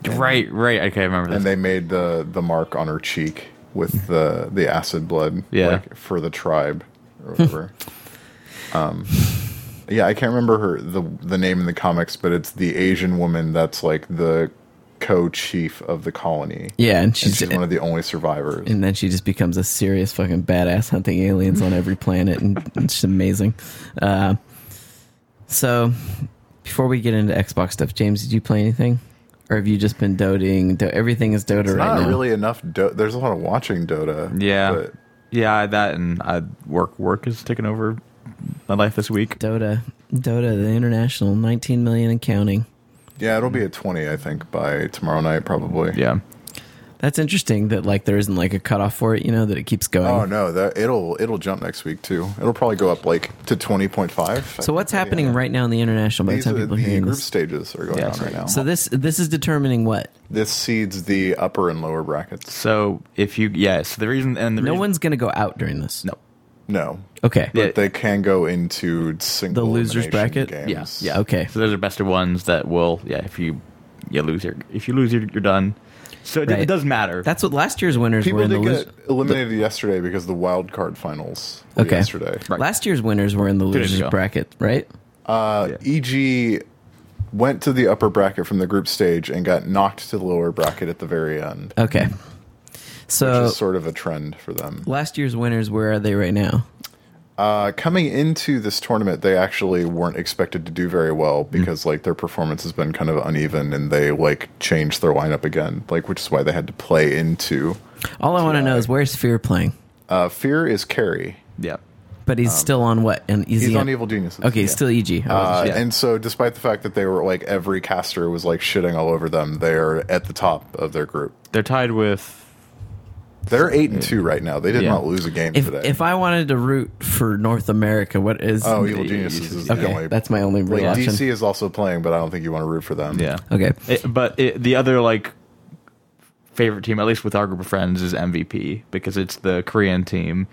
[SPEAKER 3] right right. Okay, I remember
[SPEAKER 4] and
[SPEAKER 3] that.
[SPEAKER 4] they made the the mark on her cheek with the the acid blood
[SPEAKER 3] Yeah.
[SPEAKER 4] like for the tribe or whatever um yeah i can't remember her the the name in the comics but it's the asian woman that's like the co-chief of the colony
[SPEAKER 2] yeah and
[SPEAKER 4] and
[SPEAKER 2] she's,
[SPEAKER 4] she's one of the only survivors
[SPEAKER 2] and then she just becomes a serious fucking badass hunting aliens on every planet and it's amazing uh, so before we get into xbox stuff james did you play anything or have you just been doting do- everything is dota right
[SPEAKER 4] not
[SPEAKER 2] now
[SPEAKER 4] really enough do- there's a lot of watching dota
[SPEAKER 3] yeah,
[SPEAKER 4] but
[SPEAKER 3] yeah. That and I work work is taking over my life this week.
[SPEAKER 2] dota dota the international 19 million and counting
[SPEAKER 4] yeah it'll be a 20 i think by tomorrow night probably
[SPEAKER 3] Yeah,
[SPEAKER 2] that's interesting that like there isn't like a cutoff for it you know that it keeps going
[SPEAKER 4] Oh no, that it'll it'll jump next week too. It'll probably go up like to twenty point five.
[SPEAKER 2] so what's happening right now in the international by the
[SPEAKER 4] These
[SPEAKER 2] time
[SPEAKER 4] are
[SPEAKER 2] people are
[SPEAKER 4] the
[SPEAKER 2] hearing
[SPEAKER 4] group
[SPEAKER 2] this
[SPEAKER 4] stages are going
[SPEAKER 3] Yeah,
[SPEAKER 4] on
[SPEAKER 3] so-
[SPEAKER 4] right now.
[SPEAKER 2] so this this is determining what
[SPEAKER 4] this seeds the upper and lower brackets.
[SPEAKER 3] So if you yeah, so the reason and the
[SPEAKER 2] no
[SPEAKER 3] reason,
[SPEAKER 2] one's gonna go out during this
[SPEAKER 3] no
[SPEAKER 4] No,
[SPEAKER 2] okay
[SPEAKER 3] Yeah.
[SPEAKER 4] but they can go into single
[SPEAKER 2] losers
[SPEAKER 4] elimination
[SPEAKER 2] bracket?
[SPEAKER 4] Games.
[SPEAKER 3] Yeah.
[SPEAKER 2] yeah okay
[SPEAKER 3] So those are best of ones that will yeah if you you lose your if you lose you're, you're done. So it,
[SPEAKER 2] Right.
[SPEAKER 3] it does matter.
[SPEAKER 2] That's what last year's winners were
[SPEAKER 4] People
[SPEAKER 2] in the
[SPEAKER 4] did
[SPEAKER 2] losers.
[SPEAKER 4] get eliminated yesterday because the wild card finals were
[SPEAKER 2] Okay.
[SPEAKER 4] yesterday.
[SPEAKER 3] Right.
[SPEAKER 2] Last year's winners were in the
[SPEAKER 3] days
[SPEAKER 2] losers
[SPEAKER 3] ago.
[SPEAKER 2] bracket, right?
[SPEAKER 4] Uh, EG went to the upper bracket from the group stage and got knocked to the lower bracket at the very end,
[SPEAKER 2] Okay.
[SPEAKER 4] which
[SPEAKER 2] So
[SPEAKER 4] is sort of a trend for them.
[SPEAKER 2] last year's winners, where are they right now?
[SPEAKER 4] Uh, coming into this tournament, they actually weren't expected to do very well because like their performance has been kind of uneven, and they like changed their lineup again, like which is why they had to play into.
[SPEAKER 2] All I want to know is where's Fear playing?
[SPEAKER 4] Uh, Fear is Carrie.
[SPEAKER 3] yeah.
[SPEAKER 2] But he's still on what? And is
[SPEAKER 4] Um, He's
[SPEAKER 2] he
[SPEAKER 4] on Evil Geniuses.
[SPEAKER 2] Okay, still E Oh, EG. I wasn't
[SPEAKER 4] Uh,
[SPEAKER 3] Yeah.
[SPEAKER 4] And so, despite the fact that they were like every caster was like shitting all over them, they're at the top of their group.
[SPEAKER 3] They're tied with
[SPEAKER 4] They're eight and two right now. They did
[SPEAKER 3] Yeah.
[SPEAKER 4] not lose a game
[SPEAKER 2] sure.
[SPEAKER 4] today.
[SPEAKER 2] if if I wanted to root for North America, what is?
[SPEAKER 4] oh, Evil Geniuses is the
[SPEAKER 2] okay,
[SPEAKER 4] only.
[SPEAKER 2] that's my only real
[SPEAKER 4] like,
[SPEAKER 2] option.
[SPEAKER 4] DC is also playing, but I don't think you want to root for them.
[SPEAKER 3] yeah.
[SPEAKER 2] Okay,
[SPEAKER 3] It, but it, the other like favorite team, at least with our group of friends, is MVP because it's the Korean team.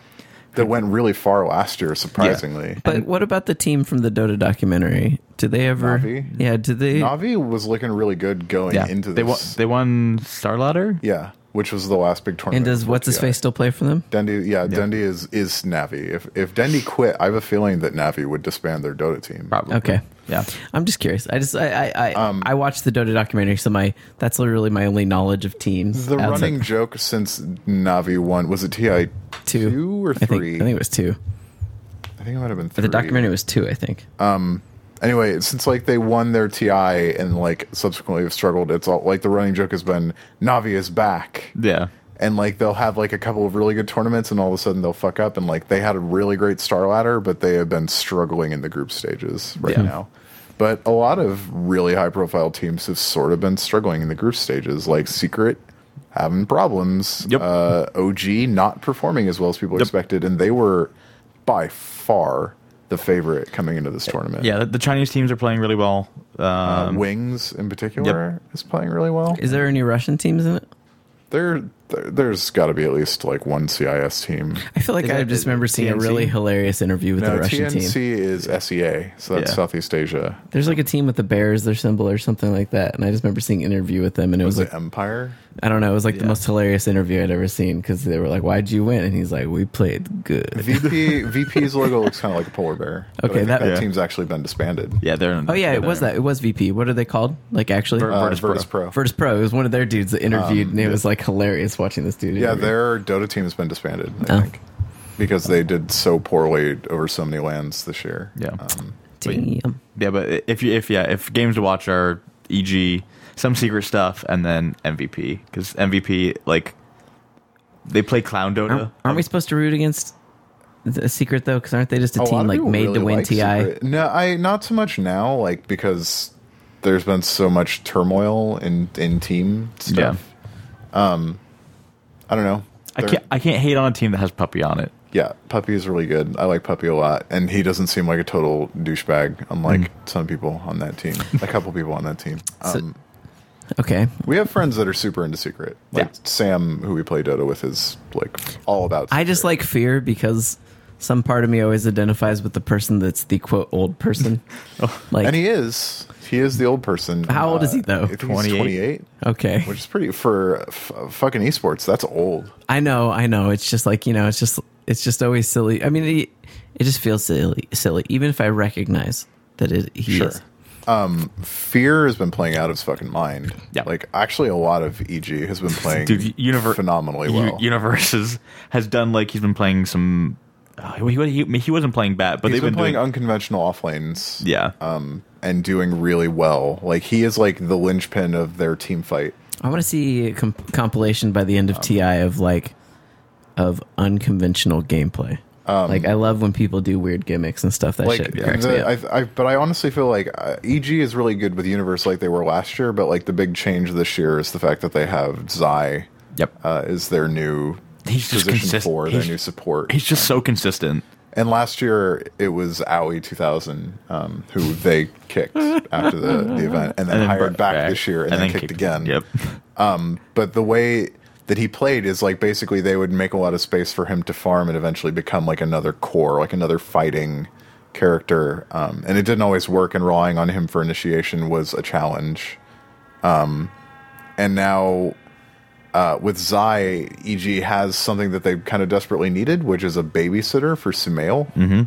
[SPEAKER 4] that went really far last year, surprisingly.
[SPEAKER 2] but what about the team from the Dota documentary? Did they ever?
[SPEAKER 4] Na'Vi?
[SPEAKER 2] Yeah, did they?
[SPEAKER 4] Navi was looking really good going
[SPEAKER 3] Yeah,
[SPEAKER 4] into this.
[SPEAKER 3] they won. They won Star Ladder.
[SPEAKER 4] yeah, which was the last big tournament.
[SPEAKER 2] and does
[SPEAKER 4] for
[SPEAKER 2] what's his
[SPEAKER 4] TI.
[SPEAKER 2] face still play for them?
[SPEAKER 4] Dendi, yeah, Dendi is is Navi. If if Dendi quit, I have a feeling that Navi would disband their Dota team.
[SPEAKER 3] Probably.
[SPEAKER 2] Okay.
[SPEAKER 3] Yeah.
[SPEAKER 2] I'm just curious. I just I I I, I watched the Dota documentary, so my that's literally my only knowledge of teams.
[SPEAKER 4] The
[SPEAKER 2] outside-
[SPEAKER 4] running joke since Navi won was it Ti
[SPEAKER 2] Two.
[SPEAKER 4] or
[SPEAKER 2] I think,
[SPEAKER 4] three?
[SPEAKER 2] I think it was two.
[SPEAKER 4] I think it might have been three.
[SPEAKER 2] The documentary was two, I think.
[SPEAKER 4] Anyway, since like they won their Ti and like subsequently have struggled, it's all like the running joke has been Navi is back.
[SPEAKER 3] Yeah.
[SPEAKER 4] and like they'll have like a couple of really good tournaments and all of a sudden they'll fuck up and like they had a really great star ladder but they have been struggling in the group stages right
[SPEAKER 3] Yeah.
[SPEAKER 4] now but a lot of really high profile teams have sort of been struggling in the group stages like secret having problems
[SPEAKER 3] Yep.
[SPEAKER 4] uh, og not performing as well as people expected and they were by far the favorite coming into
[SPEAKER 3] Eh,
[SPEAKER 4] this tournament
[SPEAKER 3] Yeah, the, the Chinese teams are playing really well. Uh,
[SPEAKER 2] Um,
[SPEAKER 4] Uh, wings in particular is playing really well
[SPEAKER 2] Is there any Russian teams in it?
[SPEAKER 4] there, there there's got to be at least like one cis team
[SPEAKER 2] I feel like
[SPEAKER 3] Is
[SPEAKER 2] I
[SPEAKER 3] that
[SPEAKER 2] just remember seeing a
[SPEAKER 3] TNC?
[SPEAKER 2] really hilarious interview with
[SPEAKER 4] No,
[SPEAKER 2] the Russian
[SPEAKER 4] TNC
[SPEAKER 2] team.
[SPEAKER 4] is SEA, so that's
[SPEAKER 3] Yeah.
[SPEAKER 4] Southeast Asia.
[SPEAKER 2] There's like a team with the Bears, their symbol or something like that, and I just remember seeing an interview with them, and it was
[SPEAKER 4] Was
[SPEAKER 2] like
[SPEAKER 4] it Empire?
[SPEAKER 2] I don't know, it was like
[SPEAKER 3] Yeah.
[SPEAKER 2] the most hilarious interview I'd ever seen because they were like, "Why'd you win?" and he's like, "We played good."
[SPEAKER 4] VP VP's logo looks kind of like a polar bear. but I
[SPEAKER 2] Okay,
[SPEAKER 4] think
[SPEAKER 2] that-
[SPEAKER 4] that,
[SPEAKER 3] Yeah.
[SPEAKER 4] team's actually been disbanded.
[SPEAKER 3] yeah, they're.
[SPEAKER 2] Oh yeah, it was that. It was VP. What are they called? Like actually,
[SPEAKER 3] Ver-
[SPEAKER 2] Virtus
[SPEAKER 4] Uh,
[SPEAKER 3] Virtus
[SPEAKER 4] Virtus,
[SPEAKER 3] Pro.
[SPEAKER 4] Pro.
[SPEAKER 2] Pro. It was one of their dudes that interviewed, and it was like hilarious watching this dude.
[SPEAKER 4] Um, yeah,
[SPEAKER 2] interview.
[SPEAKER 4] their Dota team's been disbanded. I
[SPEAKER 2] Oh.
[SPEAKER 4] think because they did so poorly over so many lands this year.
[SPEAKER 3] Yeah.
[SPEAKER 4] Um,
[SPEAKER 2] Damn.
[SPEAKER 3] Yeah, but if you if yeah if games to watch are e.g. some secret stuff and then MVP because MVP like they play clown Dota.
[SPEAKER 2] Aren't, aren't we supposed to root against the secret though? Because aren't they just a
[SPEAKER 4] a lot
[SPEAKER 2] team
[SPEAKER 4] of
[SPEAKER 2] like
[SPEAKER 4] people
[SPEAKER 2] made
[SPEAKER 4] really
[SPEAKER 2] to win
[SPEAKER 4] like
[SPEAKER 2] Ti?
[SPEAKER 4] Secret. No, I not so much now, like because there's been so much turmoil in in team stuff.
[SPEAKER 3] Yeah.
[SPEAKER 4] Um, I don't know.
[SPEAKER 3] I
[SPEAKER 4] They're-
[SPEAKER 3] can't I can't hate on a team that has puppy on it.
[SPEAKER 4] Yeah, Puppy is really good. I like Puppy a lot, and he doesn't seem like a total douchebag, unlike some people on that team. A couple people on that team.
[SPEAKER 2] Mm. So-
[SPEAKER 4] Um,
[SPEAKER 2] Okay.
[SPEAKER 4] we have friends that are super into Secret. Like
[SPEAKER 3] Yeah.
[SPEAKER 4] Sam, who we play Dota with, is like all about.
[SPEAKER 2] I just
[SPEAKER 4] Secret.
[SPEAKER 2] like fear because some part of me always identifies with the person that's the quote old person. Like,
[SPEAKER 4] and he is. He is the old person.
[SPEAKER 2] How old is he, though?
[SPEAKER 4] I think he's
[SPEAKER 3] 28?
[SPEAKER 4] 28,
[SPEAKER 2] okay,
[SPEAKER 4] which is pretty for f- fucking esports. That's old.
[SPEAKER 2] I know, I know. It's just like you know, it's just it's just always silly. I mean, it, it just feels silly, silly. Even if I recognize that it he
[SPEAKER 4] Sure.
[SPEAKER 2] is.
[SPEAKER 4] Fear has been playing out of his fucking mind.
[SPEAKER 3] Yeah.
[SPEAKER 4] Like actually, a lot of EG has been playing
[SPEAKER 3] Dude, universe
[SPEAKER 4] phenomenally well.
[SPEAKER 3] Universes has done like he's been playing some. Uh, he, he, he wasn't playing bat, but
[SPEAKER 4] He's
[SPEAKER 3] they've been,
[SPEAKER 4] been, playing
[SPEAKER 3] doing.
[SPEAKER 4] unconventional off lanes.
[SPEAKER 3] yeah,
[SPEAKER 4] um, and doing really well. Like he is like the linchpin of their team fight.
[SPEAKER 2] I want to see a comp- compilation by the end of Ti
[SPEAKER 4] Um,
[SPEAKER 2] of like of unconventional gameplay. like I love when people do weird gimmicks and stuff. That
[SPEAKER 4] Um, Like, uh,
[SPEAKER 2] shit cracks me
[SPEAKER 4] the,
[SPEAKER 2] up.
[SPEAKER 4] I, I, but I honestly feel like uh, EG is really good with Universe, like they were last year. But like the big change this year is the fact that they have Zai.
[SPEAKER 3] Yep.
[SPEAKER 4] uh, is their new
[SPEAKER 3] He's just
[SPEAKER 4] position
[SPEAKER 3] consist-
[SPEAKER 4] for their
[SPEAKER 3] he's-
[SPEAKER 4] new support.
[SPEAKER 3] he's just so consistent.
[SPEAKER 4] And last year it was Owie 2000, um, who they kicked after the, the event, and then,
[SPEAKER 3] And then
[SPEAKER 4] hired
[SPEAKER 3] brought
[SPEAKER 4] back, this year, and, then, kicked, again.
[SPEAKER 3] Yep.
[SPEAKER 4] but the way that he played is like basically they would make a lot of space for him to farm and eventually become like another core, like another fighting character. Um, and it didn't always work, and relying on him for initiation was a challenge. Um, and now uh, with Zai, EG has something that they kind of desperately needed, which is a babysitter for Sumail. Mm-hmm.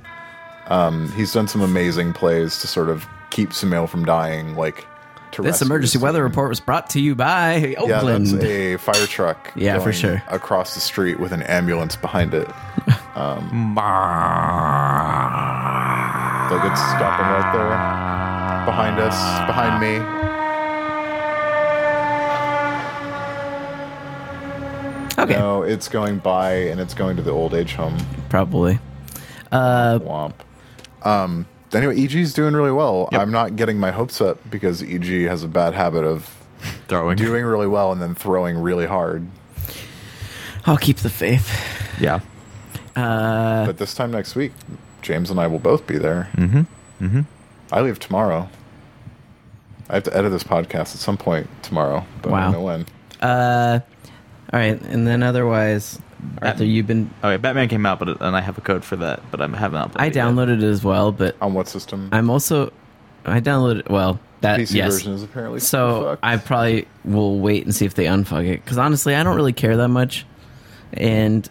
[SPEAKER 4] Um, he's done some amazing plays to sort of keep Sumail from dying, like. To
[SPEAKER 2] This
[SPEAKER 4] rescue
[SPEAKER 2] emergency
[SPEAKER 4] his
[SPEAKER 2] weather
[SPEAKER 4] team.
[SPEAKER 2] report was brought to you by
[SPEAKER 4] Yeah,
[SPEAKER 2] Oakland.
[SPEAKER 4] that's a fire truck.
[SPEAKER 2] Yeah, for sure.
[SPEAKER 4] Across the street with an ambulance behind it. Um, like it's stopping right there, behind us, behind me.
[SPEAKER 2] okay,
[SPEAKER 4] No, it's going by, and it's going to the old age home.
[SPEAKER 2] probably. Uh,
[SPEAKER 4] Womp. Um, anyway, EG's doing really well.
[SPEAKER 3] Yep.
[SPEAKER 4] I'm not getting my hopes up because EG has a bad habit of
[SPEAKER 3] Throwing.
[SPEAKER 4] doing really well and then throwing really hard.
[SPEAKER 2] I'll keep the faith.
[SPEAKER 3] Yeah.
[SPEAKER 4] but this time next week, James and I will both be there. Mm-hmm. Mm-hmm. I leave tomorrow. I have to edit this podcast at some point tomorrow, but I
[SPEAKER 2] Wow.
[SPEAKER 4] don't know when.
[SPEAKER 2] All right, and then otherwise, Arthur, you've been.
[SPEAKER 3] All right. Batman came out, but it- and I have a code for that, but I haven't uploaded.
[SPEAKER 2] I
[SPEAKER 3] it
[SPEAKER 2] downloaded it as well, but
[SPEAKER 4] On what system?
[SPEAKER 2] I'm also. I downloaded well that
[SPEAKER 4] PC
[SPEAKER 2] Uh, yes.
[SPEAKER 4] version is apparently
[SPEAKER 2] so
[SPEAKER 4] fucked.
[SPEAKER 2] I probably will wait and see if they unfuck it because honestly, I don't really care that much, and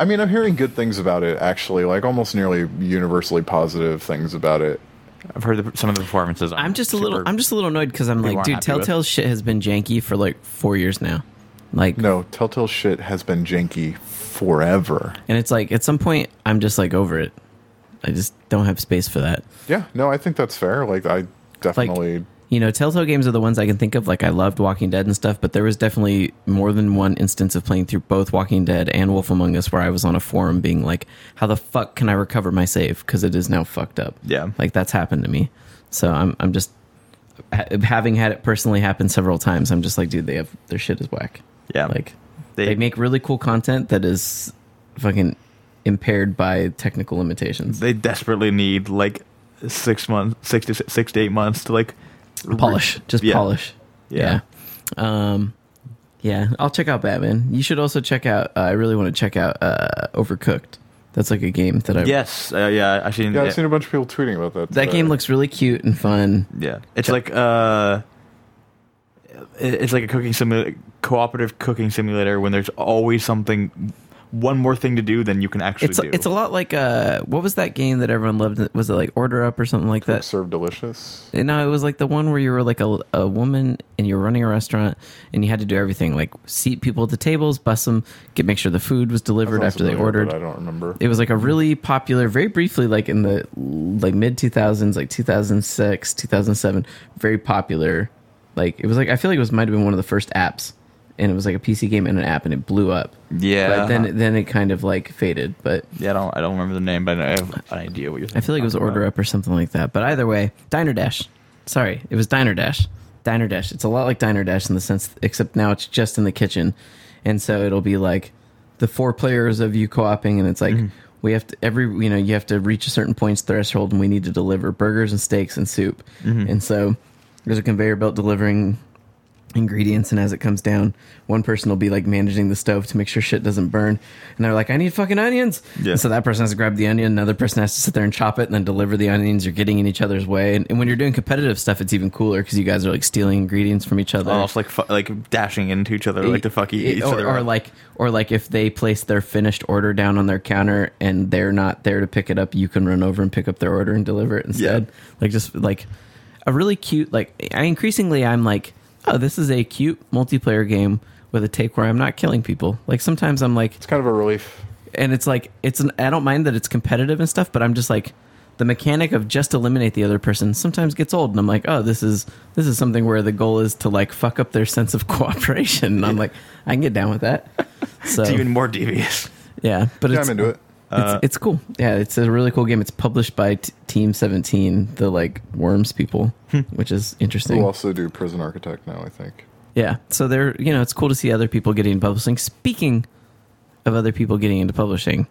[SPEAKER 4] I mean, I'm hearing good things about it. Actually, like almost nearly universally positive things about it.
[SPEAKER 3] Yet. I've heard the, some of the performances.
[SPEAKER 2] I'm just a
[SPEAKER 3] super-
[SPEAKER 2] little. I'm just a little annoyed because I'm like,
[SPEAKER 3] aren't
[SPEAKER 2] dude,
[SPEAKER 3] happy with.
[SPEAKER 2] Telltale shit has been janky for like four years now. Like,
[SPEAKER 4] No, Telltale shit has been janky forever.
[SPEAKER 2] and it's like at some point, I'm just like over it. I just don't have space for that.
[SPEAKER 4] Yeah, no, I think that's fair. Like, I
[SPEAKER 2] Like,
[SPEAKER 4] definitely
[SPEAKER 2] you know, Telltale games are the ones I can think of. Like I loved Walking Dead and stuff, but there was definitely more than one instance of playing through both Walking Dead and Wolf Among Us where I was on a forum being like, "How the fuck can I recover my save? Because it is now fucked up."
[SPEAKER 3] Yeah.
[SPEAKER 2] like that's happened to me. So I'm I'm just ha- having had it personally happen several times. I'm just like, dude, they have their shit is whack.
[SPEAKER 3] Yeah.
[SPEAKER 2] like
[SPEAKER 3] They-
[SPEAKER 2] they, make really cool content that is fucking impaired by technical limitations.
[SPEAKER 3] They desperately need like six months, six to six to eight months to like re-
[SPEAKER 2] polish, just
[SPEAKER 3] Yeah.
[SPEAKER 2] polish.
[SPEAKER 3] Yeah.
[SPEAKER 2] Yeah. Um, yeah, I'll check out Batman. You should also check out. Uh, I really want to check out uh, Overcooked. That's like a game that I.
[SPEAKER 3] Yes, uh, yeah, I seen.
[SPEAKER 4] Yeah,
[SPEAKER 3] yeah.
[SPEAKER 4] I've seen a bunch of people tweeting about that.
[SPEAKER 2] That
[SPEAKER 4] today.
[SPEAKER 2] game looks really cute and fun.
[SPEAKER 3] Yeah, it's like uh, it- it's like a cooking simulator, cooperative cooking simulator. When there's always something, one more thing to do than you can actually
[SPEAKER 2] It's
[SPEAKER 3] do.
[SPEAKER 2] it's a lot like uh, what was that game that everyone loved? Was it like Order Up or something like that?
[SPEAKER 4] served delicious.
[SPEAKER 2] No, it was like the one where you were like a, a woman and you're running a restaurant and you had to do everything like seat people at the tables, bus them, get make sure the food was delivered
[SPEAKER 4] Sounds
[SPEAKER 2] after they
[SPEAKER 4] familiar,
[SPEAKER 2] ordered.
[SPEAKER 4] but I don't remember.
[SPEAKER 2] it was like a really popular very briefly like in the like mid 2000s like 2006 2007 very popular like it was like i feel like it was might have been one of the first apps and it was like a pc game and an app and it blew up
[SPEAKER 3] Yeah.
[SPEAKER 2] but then then it kind of like faded but
[SPEAKER 3] yeah, I don't I don't remember the name, but I have an idea what you're.
[SPEAKER 2] i feel like it was order up or something like that but either way diner dash sorry it was diner dash diner dash it's a lot like diner dash in the sense except now it's just in the kitchen and so it'll be like the four players of you co-oping and it's like we have to every you know you have to reach a certain points threshold and we need to deliver burgers and steaks and soup and so there's a conveyor belt delivering ingredients and as it comes down one person will be like managing the stove to make sure shit doesn't burn and they're like i need fucking onions
[SPEAKER 3] Yeah.
[SPEAKER 2] and so that person has to grab the onion another person has to sit there and chop it and then deliver the onions you're getting in each other's way and, and when you're doing competitive stuff it's even cooler because you guys are like stealing ingredients from each other
[SPEAKER 3] Almost like fu- like dashing into each other, Oh, like to fuck e-,
[SPEAKER 2] It-
[SPEAKER 3] each
[SPEAKER 2] or,
[SPEAKER 3] other.
[SPEAKER 2] or
[SPEAKER 3] up.
[SPEAKER 2] like or like if they place their finished order down on their counter and they're not there to pick it up you can run over and pick up their order and deliver it instead like just like a really cute like i increasingly i'm like oh this is a cute multiplayer game with a take where i'm not killing people like sometimes i'm like
[SPEAKER 4] It's kind of a relief.
[SPEAKER 2] and it's like it's an i don't mind that it's competitive and stuff but i'm just like the mechanic of just eliminate the other person sometimes gets old and i'm like oh this is this is something where the goal is to like fuck up their sense of cooperation and i'm like i can get down with that so
[SPEAKER 3] it's even more devious.
[SPEAKER 2] yeah but
[SPEAKER 4] Yeah,
[SPEAKER 2] it's
[SPEAKER 4] I'm into it.
[SPEAKER 2] it's, it's cool yeah it's a really cool game it's published by t- team 17 the like worms people
[SPEAKER 4] Hmm.
[SPEAKER 2] which is interesting
[SPEAKER 4] We'll also do Prison Architect now. I think.
[SPEAKER 2] yeah. So they're you know, it's cool to see other people getting into publishing. Speaking of other people getting into publishing,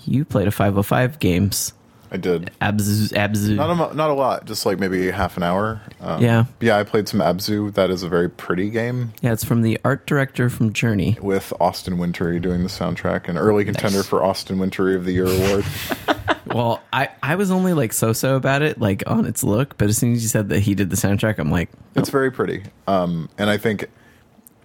[SPEAKER 2] you played a 505 games.
[SPEAKER 4] I did.
[SPEAKER 2] Abzu Abzu.
[SPEAKER 4] Not a, mo- not a lot, just like maybe half an hour. Um,
[SPEAKER 2] Yeah.
[SPEAKER 4] Yeah, I played some Abzu. That is a very pretty game
[SPEAKER 2] yeah, it's from the art director from Journey.
[SPEAKER 4] with Austin Wintory doing the soundtrack, an early contender
[SPEAKER 2] Nice.
[SPEAKER 4] for Austin Wintory of the Year award.
[SPEAKER 2] Well, I I was only like so-so about it like on its look, but as soon as you said that he did the soundtrack, I'm like,
[SPEAKER 4] It's very pretty. Um, and I think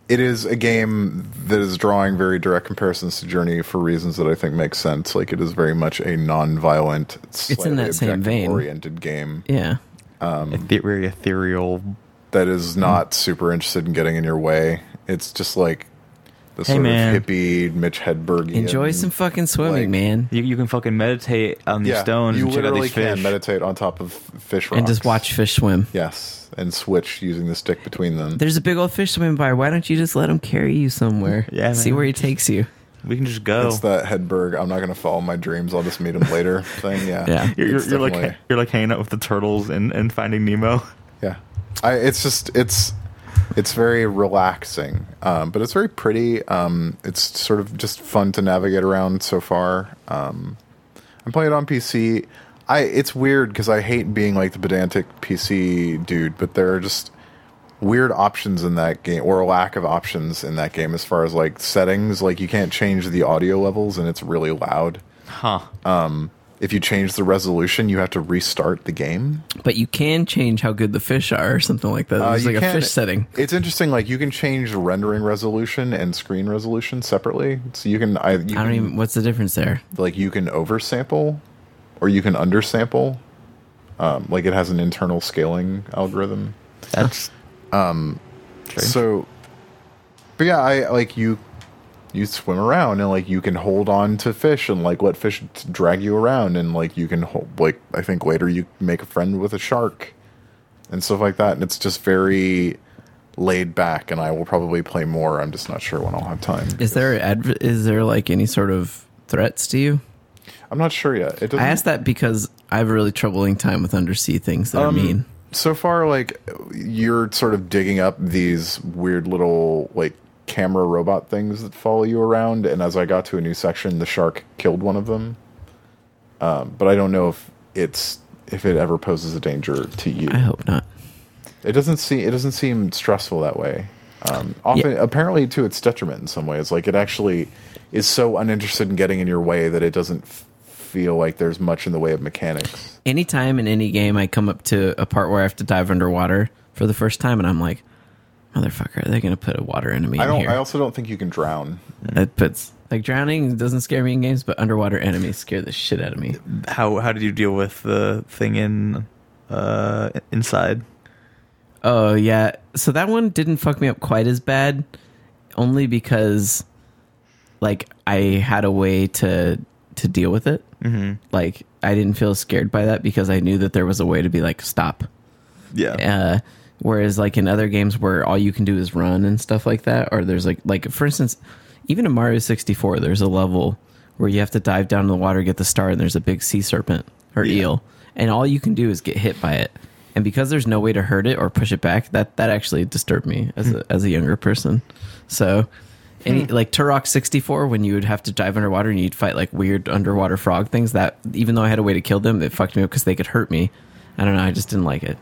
[SPEAKER 4] it is a game that is drawing very direct comparisons to Journey for reasons that I think make sense. Like it is very much a non-violent,
[SPEAKER 2] It's in that same vein.
[SPEAKER 4] oriented game
[SPEAKER 2] yeah.
[SPEAKER 3] Very ethereal.
[SPEAKER 4] that
[SPEAKER 3] Mm-hmm.
[SPEAKER 4] is not super interested in getting in your way. It's just like the
[SPEAKER 3] Hey,
[SPEAKER 4] sort
[SPEAKER 3] man.
[SPEAKER 4] of hippie Mitch Hedberg.
[SPEAKER 2] Enjoy some fucking swimming,
[SPEAKER 4] like-
[SPEAKER 2] man.
[SPEAKER 3] You, you can fucking meditate on these
[SPEAKER 4] yeah,
[SPEAKER 3] stones.
[SPEAKER 4] You
[SPEAKER 3] and check out
[SPEAKER 4] literally
[SPEAKER 3] these
[SPEAKER 4] can
[SPEAKER 3] fish.
[SPEAKER 4] meditate on top of fish rocks
[SPEAKER 2] And just watch fish swim.
[SPEAKER 4] Yes, and switch using the stick between them.
[SPEAKER 2] There's a big old fish swimming by. Why don't you just let him carry you somewhere?
[SPEAKER 3] Yeah,
[SPEAKER 2] See
[SPEAKER 3] man.
[SPEAKER 2] where he takes you.
[SPEAKER 3] we can just go.
[SPEAKER 4] It's that Hedberg. I'm not going to follow my dreams. I'll just meet him later thing. Yeah,
[SPEAKER 2] Yeah.
[SPEAKER 3] you're, you're,
[SPEAKER 4] It's
[SPEAKER 3] you're like
[SPEAKER 4] definitely-
[SPEAKER 3] you're like hanging out with the turtles and, and finding Nemo.
[SPEAKER 4] yeah. I, it's just it's it's very relaxing, um, but it's very pretty. Um, it's sort of just fun to navigate around so far. Um, I'm playing it on PC. I it's weird because I hate being like the pedantic PC dude, but there are just weird options in that game or lack of options in that game as far as like settings. Like you can't change the audio levels, and it's really loud.
[SPEAKER 3] Huh.
[SPEAKER 4] If you change the resolution, you have to restart the game.
[SPEAKER 2] But you can change how good the fish are or something like that. There's
[SPEAKER 4] Uh, you
[SPEAKER 2] like a
[SPEAKER 4] can-
[SPEAKER 2] fish setting.
[SPEAKER 4] It's interesting. Like you can change rendering resolution and screen resolution separately. So you can, I,
[SPEAKER 2] I
[SPEAKER 4] you
[SPEAKER 2] don't
[SPEAKER 4] can-
[SPEAKER 2] even. What's the difference there?
[SPEAKER 4] like you can oversample, or you can undersample. Um, like it has an internal scaling algorithm. Um,
[SPEAKER 3] That's
[SPEAKER 4] So, but yeah, I like you. You swim around and like you can hold on to fish and like let fish t- drag you around and like you can hold like I think later you make a friend with a shark and stuff like that. And it's just very laid back. And I will probably play more. I'm just not sure when I'll have time.
[SPEAKER 2] Is there adver- is there like any sort of threats to you?
[SPEAKER 4] I'm not sure yet. It doesn't.
[SPEAKER 2] I asked that because I have a really troubling time with undersea things that
[SPEAKER 4] Um,
[SPEAKER 2] are mean.
[SPEAKER 4] so far like you're sort of digging up these weird little like camera robot things that follow you around and as i got to a new section the shark killed one of them um, but i don't know if it's if it ever poses a danger to you
[SPEAKER 2] I hope not.
[SPEAKER 4] it doesn't seem it doesn't seem stressful that way um, often apparently to its detriment in some ways like it actually is so uninterested in getting in your way that it doesn't f- feel like there's much in the way of mechanics
[SPEAKER 2] Anytime in any game I come up to a part where I have to dive underwater for the first time and I'm like, motherfucker, are they going to put a water enemy
[SPEAKER 4] i
[SPEAKER 2] in
[SPEAKER 4] don't
[SPEAKER 2] here?
[SPEAKER 4] i also don't think you can drown
[SPEAKER 2] That puts like drowning doesn't scare me in games, but underwater enemies scare the shit out of me.
[SPEAKER 3] How how did you deal with the thing in uh inside?
[SPEAKER 2] Oh yeah. So that one didn't fuck me up quite as bad, only because like I had a way to to deal with it. Mm-hmm. Like I didn't feel scared by that because I knew that there was a way to be like stop.
[SPEAKER 3] Yeah.
[SPEAKER 2] Uh, whereas like in other games where all you can do is run and stuff like that, or there's like like for instance, even in Mario sixty four, there's a level where you have to dive down in the water, get the star, and there's a big sea serpent or eel, and all you can do is get hit by it. And because there's no way to hurt it or push it back, that that actually disturbed me as a, as a younger person. So. Any, like Turok 64, when you would have to dive underwater and you'd fight like weird underwater frog things, that even though I had a way to kill them, it fucked me up because they could hurt me. I don't know. I just didn't like it.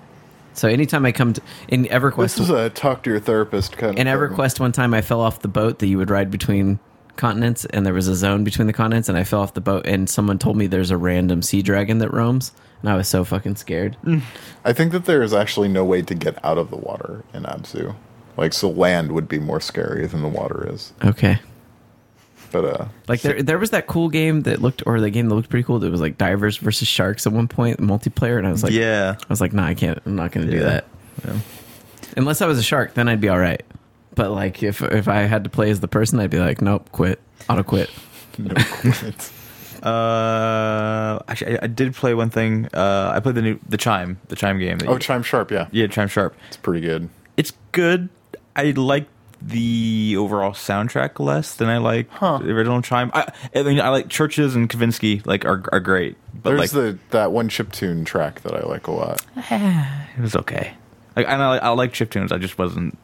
[SPEAKER 2] So anytime I come to in
[SPEAKER 4] This is
[SPEAKER 2] EverQuest,
[SPEAKER 4] a talk to your therapist kind of
[SPEAKER 2] in
[SPEAKER 4] thing.
[SPEAKER 2] EverQuest one time I fell off the boat that you would ride between continents, and there was a zone between the continents, and I fell off the boat, and someone told me there's a random sea dragon that roams, and I was so fucking scared.
[SPEAKER 3] Mm.
[SPEAKER 4] I think that there is actually no way to get out of the water in Abzu. Like, so land would be more scary than the water is.
[SPEAKER 2] Okay,
[SPEAKER 4] But, uh,
[SPEAKER 2] like there there was that cool game that looked, or the game that looked pretty cool that was like divers versus sharks at one point multiplayer, and I was like,
[SPEAKER 3] yeah.
[SPEAKER 2] I was like, nah, I can't. I'm not going to do
[SPEAKER 3] Yeah.
[SPEAKER 2] that. Unless I was a shark, then I'd be all right. But like, if if I had to play as the person, I'd be like, nope, quit, auto quit.
[SPEAKER 4] no quit.
[SPEAKER 3] Uh, actually, I, I did play one thing. Uh, I played the new the chime, the chime game. that
[SPEAKER 4] oh,
[SPEAKER 3] you-
[SPEAKER 4] Chime Sharp, yeah.
[SPEAKER 3] yeah, chime sharp.
[SPEAKER 4] It's pretty good.
[SPEAKER 3] It's good. I like the overall soundtrack less than I like the original chime. I, I mean, I like churches and Kavinsky like are are great, but
[SPEAKER 4] There's
[SPEAKER 3] like
[SPEAKER 4] the that one chiptune track that I like a lot.
[SPEAKER 3] it was okay. Like, and I, I like chip tunes. I just wasn't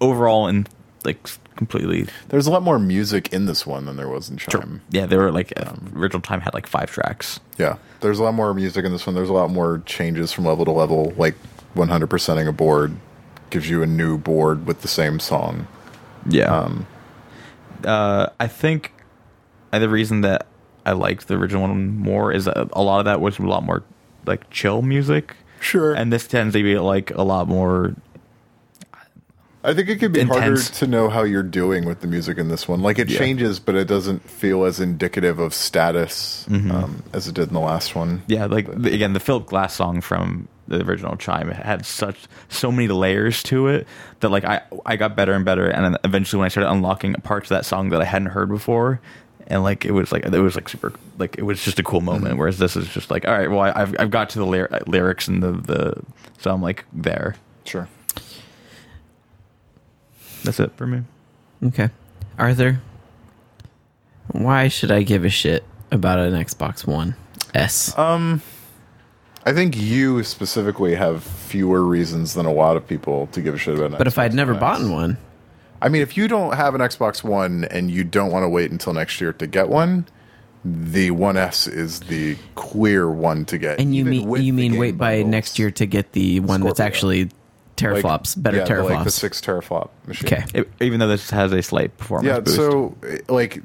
[SPEAKER 3] overall and like completely
[SPEAKER 4] There's a lot more music in this one than there was in Chime.
[SPEAKER 3] Yeah, they were like
[SPEAKER 4] Um,
[SPEAKER 3] original time had like five tracks.
[SPEAKER 4] Yeah. There's a lot more music in this one. There's a lot more changes from level to level, like 100%ing a board gives you a new board with the same song.
[SPEAKER 3] Yeah. Um, uh, I think uh, the reason that I liked the original one more is that a lot of that was a lot more like chill music,
[SPEAKER 4] Sure.
[SPEAKER 3] and this tends to be like a lot more.
[SPEAKER 4] I think it could be harder
[SPEAKER 3] Intense.
[SPEAKER 4] to know how you're doing with the music in this one. Like it
[SPEAKER 3] Yeah.
[SPEAKER 4] changes, but it doesn't feel as indicative of status um, as it did in the last one.
[SPEAKER 3] Mm-hmm. Yeah, like the, again, the Philip Glass song from the original Chime had such so many layers to it that like I I got better and better, and then eventually when I started unlocking parts of that song that I hadn't heard before. And like it was like it was like super like it was just a cool moment. Whereas this is just like all right, well I, I've I've got to the lyr- lyrics and the the so I'm like there.
[SPEAKER 4] Sure.
[SPEAKER 3] That's it for me.
[SPEAKER 2] Okay. Arthur, why should I give a shit about an Xbox One S?
[SPEAKER 4] Uh, I think you specifically have fewer reasons than a lot of people to give a shit about. An
[SPEAKER 2] but if I'd never bought
[SPEAKER 4] one,
[SPEAKER 2] one,
[SPEAKER 4] I mean, if you don't have an Xbox One and you don't want to wait until next year to get one, the One S is the clear one to get.
[SPEAKER 2] and you
[SPEAKER 4] even with
[SPEAKER 2] mean you
[SPEAKER 4] the
[SPEAKER 2] mean
[SPEAKER 4] game
[SPEAKER 2] wait by
[SPEAKER 4] bundles.
[SPEAKER 2] next year to get the one that's
[SPEAKER 4] Scorpio.
[SPEAKER 2] actually
[SPEAKER 4] Like-
[SPEAKER 2] teraflops, better
[SPEAKER 4] yeah, the,
[SPEAKER 2] teraflops.
[SPEAKER 4] like the six teraflop machine.
[SPEAKER 2] okay.
[SPEAKER 3] It- even though this has a slight performance
[SPEAKER 4] yeah
[SPEAKER 3] boost.
[SPEAKER 4] so it- like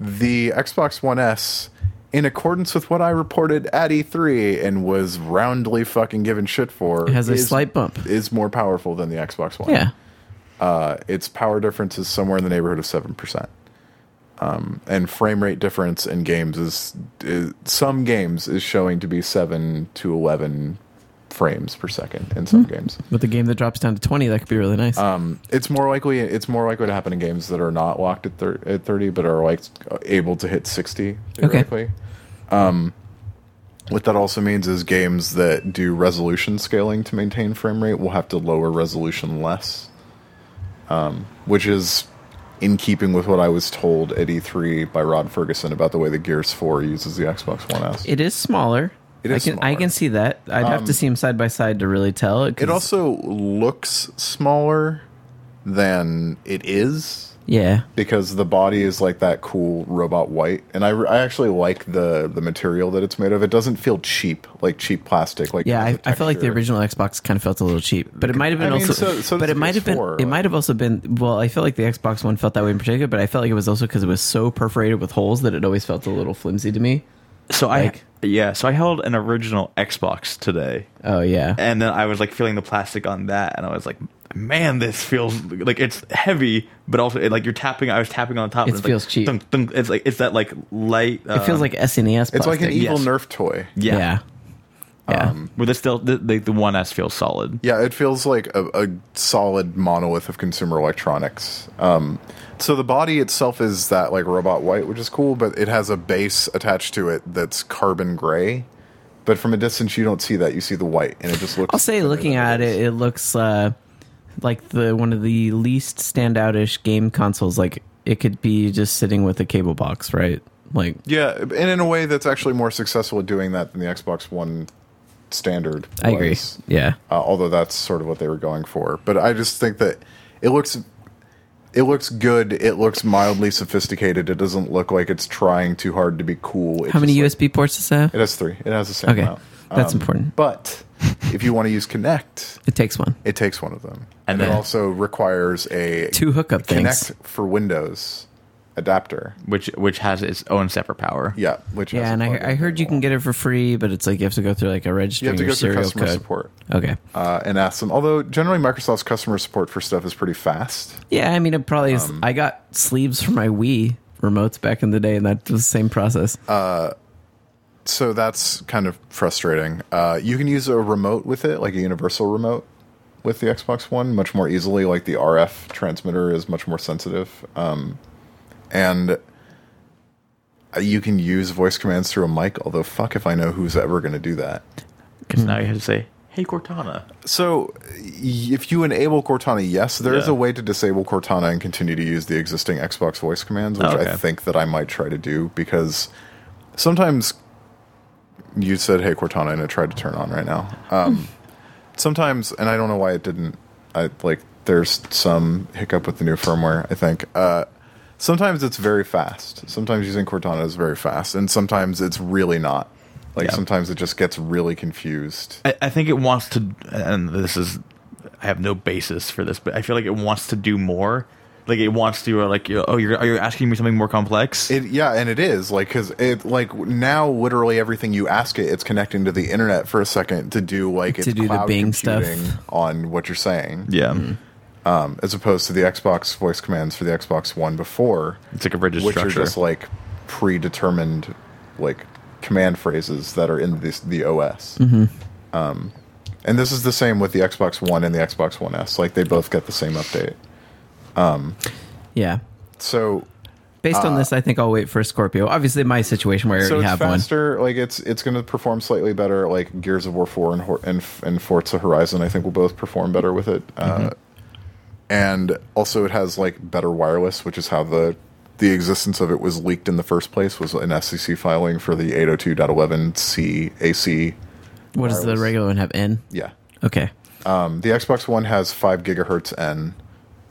[SPEAKER 4] the xbox one s in accordance with what i reported at e3 and was roundly fucking given shit for
[SPEAKER 2] It has a
[SPEAKER 4] is-
[SPEAKER 2] slight bump.
[SPEAKER 4] is more powerful than the xbox one
[SPEAKER 2] Yeah.
[SPEAKER 4] uh, its power difference is somewhere in the neighborhood of 7% um, and frame rate difference in games is, is some games is showing to be 7 to 11 frames per second in
[SPEAKER 2] Hmm.
[SPEAKER 4] some games
[SPEAKER 2] With the game that drops down to 20, that could be really nice.
[SPEAKER 4] Um, it's more likely it's more likely to happen in games that are not locked at, thir- at 30 but are like able to hit 60 theoretically um What that also means is games that do resolution scaling to maintain frame rate will have to lower resolution less, um, which is in keeping with what I was told at E3 by Rod Ferguson about the way that Gears 4 uses the Xbox One S. It,
[SPEAKER 2] It is smaller.
[SPEAKER 4] It is
[SPEAKER 2] I can I
[SPEAKER 4] smaller. Um,
[SPEAKER 2] can see that. I'd have to see them side by side to really tell. It
[SPEAKER 4] also looks smaller than it is
[SPEAKER 2] yeah.
[SPEAKER 4] because the body is like that cool robot white and I, I actually like the the material that it's made of it doesn't feel cheap like cheap plastic like
[SPEAKER 2] Yeah,
[SPEAKER 4] there's
[SPEAKER 2] I,
[SPEAKER 4] a
[SPEAKER 2] I felt like the
[SPEAKER 4] texture.
[SPEAKER 2] original Xbox kind of felt a little cheap, but it might have been
[SPEAKER 4] I mean,
[SPEAKER 2] also.
[SPEAKER 4] so- so
[SPEAKER 2] but
[SPEAKER 4] does
[SPEAKER 2] it
[SPEAKER 4] the
[SPEAKER 2] might have been.
[SPEAKER 4] PS4,
[SPEAKER 2] It
[SPEAKER 4] like-
[SPEAKER 2] might have also been. Well, I felt like the Xbox One felt that way in particular, but I felt like it was also because it was so perforated with holes that it always felt a little flimsy to me.
[SPEAKER 3] So
[SPEAKER 2] Like-
[SPEAKER 3] I yeah, so I held an original Xbox today,
[SPEAKER 2] Oh yeah,
[SPEAKER 3] and then I was like feeling the plastic on that, and I was like, man, this feels like it's heavy, but also it, like you're tapping. I was tapping on top. and
[SPEAKER 2] It
[SPEAKER 3] it's
[SPEAKER 2] feels
[SPEAKER 3] like,
[SPEAKER 2] cheap.
[SPEAKER 3] thunk, thunk. it's like it's that like light.
[SPEAKER 2] it feels like SNES. Plastic.
[SPEAKER 4] it's like an E- Um, evil
[SPEAKER 3] yes.
[SPEAKER 4] nerf toy
[SPEAKER 3] yeah.
[SPEAKER 2] yeah, yeah.
[SPEAKER 3] Where the still the, the the one S feels solid.
[SPEAKER 4] Yeah, it feels like a, a solid monolith of consumer electronics. Um, so the body itself is that like robot white, which is cool, but it has a base attached to it that's carbon gray. But from a distance, you don't see that; you see the white, and it just looks.
[SPEAKER 2] I'll say, looking at it, it looks uh, like the one of the least standout-ish game consoles. Like it could be just sitting with a cable box, right? Like
[SPEAKER 4] Yeah, and in a way that's actually more successful at doing that than the Xbox One standard.
[SPEAKER 2] I agree.
[SPEAKER 4] was.
[SPEAKER 2] Yeah,
[SPEAKER 4] uh, although that's sort of what they were going for. But I just think that it looks it looks good. It looks mildly sophisticated. It doesn't look like it's trying too hard to be cool. It
[SPEAKER 2] how many
[SPEAKER 4] just, like-
[SPEAKER 2] USB ports does that?
[SPEAKER 4] it um,
[SPEAKER 2] Have?
[SPEAKER 4] has three. It has the same
[SPEAKER 2] Okay,
[SPEAKER 4] amount.
[SPEAKER 2] that's important.
[SPEAKER 4] But if you want to use Connect,
[SPEAKER 2] It takes one.
[SPEAKER 4] it takes one of them,
[SPEAKER 3] And
[SPEAKER 4] and,
[SPEAKER 3] then-
[SPEAKER 4] it also requires a
[SPEAKER 2] Two hookup
[SPEAKER 4] Connect
[SPEAKER 2] things.
[SPEAKER 4] for Windows adapter.
[SPEAKER 3] which which has its own separate power.
[SPEAKER 4] Yeah, which
[SPEAKER 2] Yeah, and I, I heard you can get it for free, but it's like you have to go through like a
[SPEAKER 4] you
[SPEAKER 2] registering
[SPEAKER 4] have to go
[SPEAKER 2] your
[SPEAKER 4] through
[SPEAKER 2] serial
[SPEAKER 4] customer
[SPEAKER 2] code.
[SPEAKER 4] support
[SPEAKER 2] Okay.
[SPEAKER 4] uh, and ask them. Although generally Microsoft's customer support for stuff is pretty fast.
[SPEAKER 2] Yeah, I mean, it probably is.
[SPEAKER 4] Um,
[SPEAKER 2] I got sleeves for my Wii remotes back in the day, and that was the same process.
[SPEAKER 4] Uh, so that's kind of frustrating. Uh, you can use a remote with it, like a universal remote with the Xbox One, much more easily. Like the RF transmitter is much more sensitive, um, and uh, you can use voice commands through a mic. Although, fuck if I know who's ever going to do that.
[SPEAKER 3] Because
[SPEAKER 2] Hmm.
[SPEAKER 3] now you have to say, "Hey Cortana."
[SPEAKER 4] So, y- if you enable Cortana, yes, there is
[SPEAKER 3] Yeah.
[SPEAKER 4] a way to disable Cortana and continue to use the existing Xbox voice commands, which
[SPEAKER 3] Oh, okay.
[SPEAKER 4] I think that I might try to do because sometimes you said, "Hey Cortana," and it tried to turn on right now. Um, sometimes, and I don't know why it didn't. I like there's some hiccup with the new firmware. I think. Uh, Sometimes it's very fast. Sometimes using Cortana is very fast, and sometimes it's really not. Like
[SPEAKER 3] Yeah.
[SPEAKER 4] sometimes it just gets really confused.
[SPEAKER 3] I, I think it wants to, and this is, I have no basis for this, but I feel like it wants to do more. Like it wants to, uh, like, you know, oh, you're are you asking me something more complex?
[SPEAKER 4] It yeah, and it is like because it like now literally everything you ask it, it's connecting to the internet for a second to do like
[SPEAKER 2] To
[SPEAKER 4] its
[SPEAKER 2] do the
[SPEAKER 4] cloud
[SPEAKER 2] Bing stuff.
[SPEAKER 4] computing on what you're saying,
[SPEAKER 3] yeah,
[SPEAKER 2] Hmm.
[SPEAKER 4] um, as opposed to the Xbox voice commands for the Xbox One before,
[SPEAKER 3] it's like a rigid
[SPEAKER 4] which
[SPEAKER 3] structure.
[SPEAKER 4] are just like predetermined like command phrases that are in this the OS.
[SPEAKER 2] Mm-hmm.
[SPEAKER 4] Um, and this is the same with the Xbox One and the Xbox One S. Like they both get the same update.
[SPEAKER 2] yeah.
[SPEAKER 4] So
[SPEAKER 2] Based on this, I think I'll wait for a Scorpio. Obviously, my situation where I
[SPEAKER 4] uh, so
[SPEAKER 2] already
[SPEAKER 4] it's
[SPEAKER 2] have one.
[SPEAKER 4] faster. Like it's it's going to perform slightly better. Like Gears of War four and Hor- and and Forza Horizon, I think will both perform better with it. Uh,
[SPEAKER 2] Mm-hmm.
[SPEAKER 4] and also, it has like better wireless, which is how the the existence of it was leaked in the first place was an SEC filing for the 802.11c AC.
[SPEAKER 2] What does the
[SPEAKER 4] wireless.
[SPEAKER 2] regular one have? N.
[SPEAKER 4] Yeah,
[SPEAKER 2] Okay.
[SPEAKER 4] um, the Xbox One has five gigahertz N.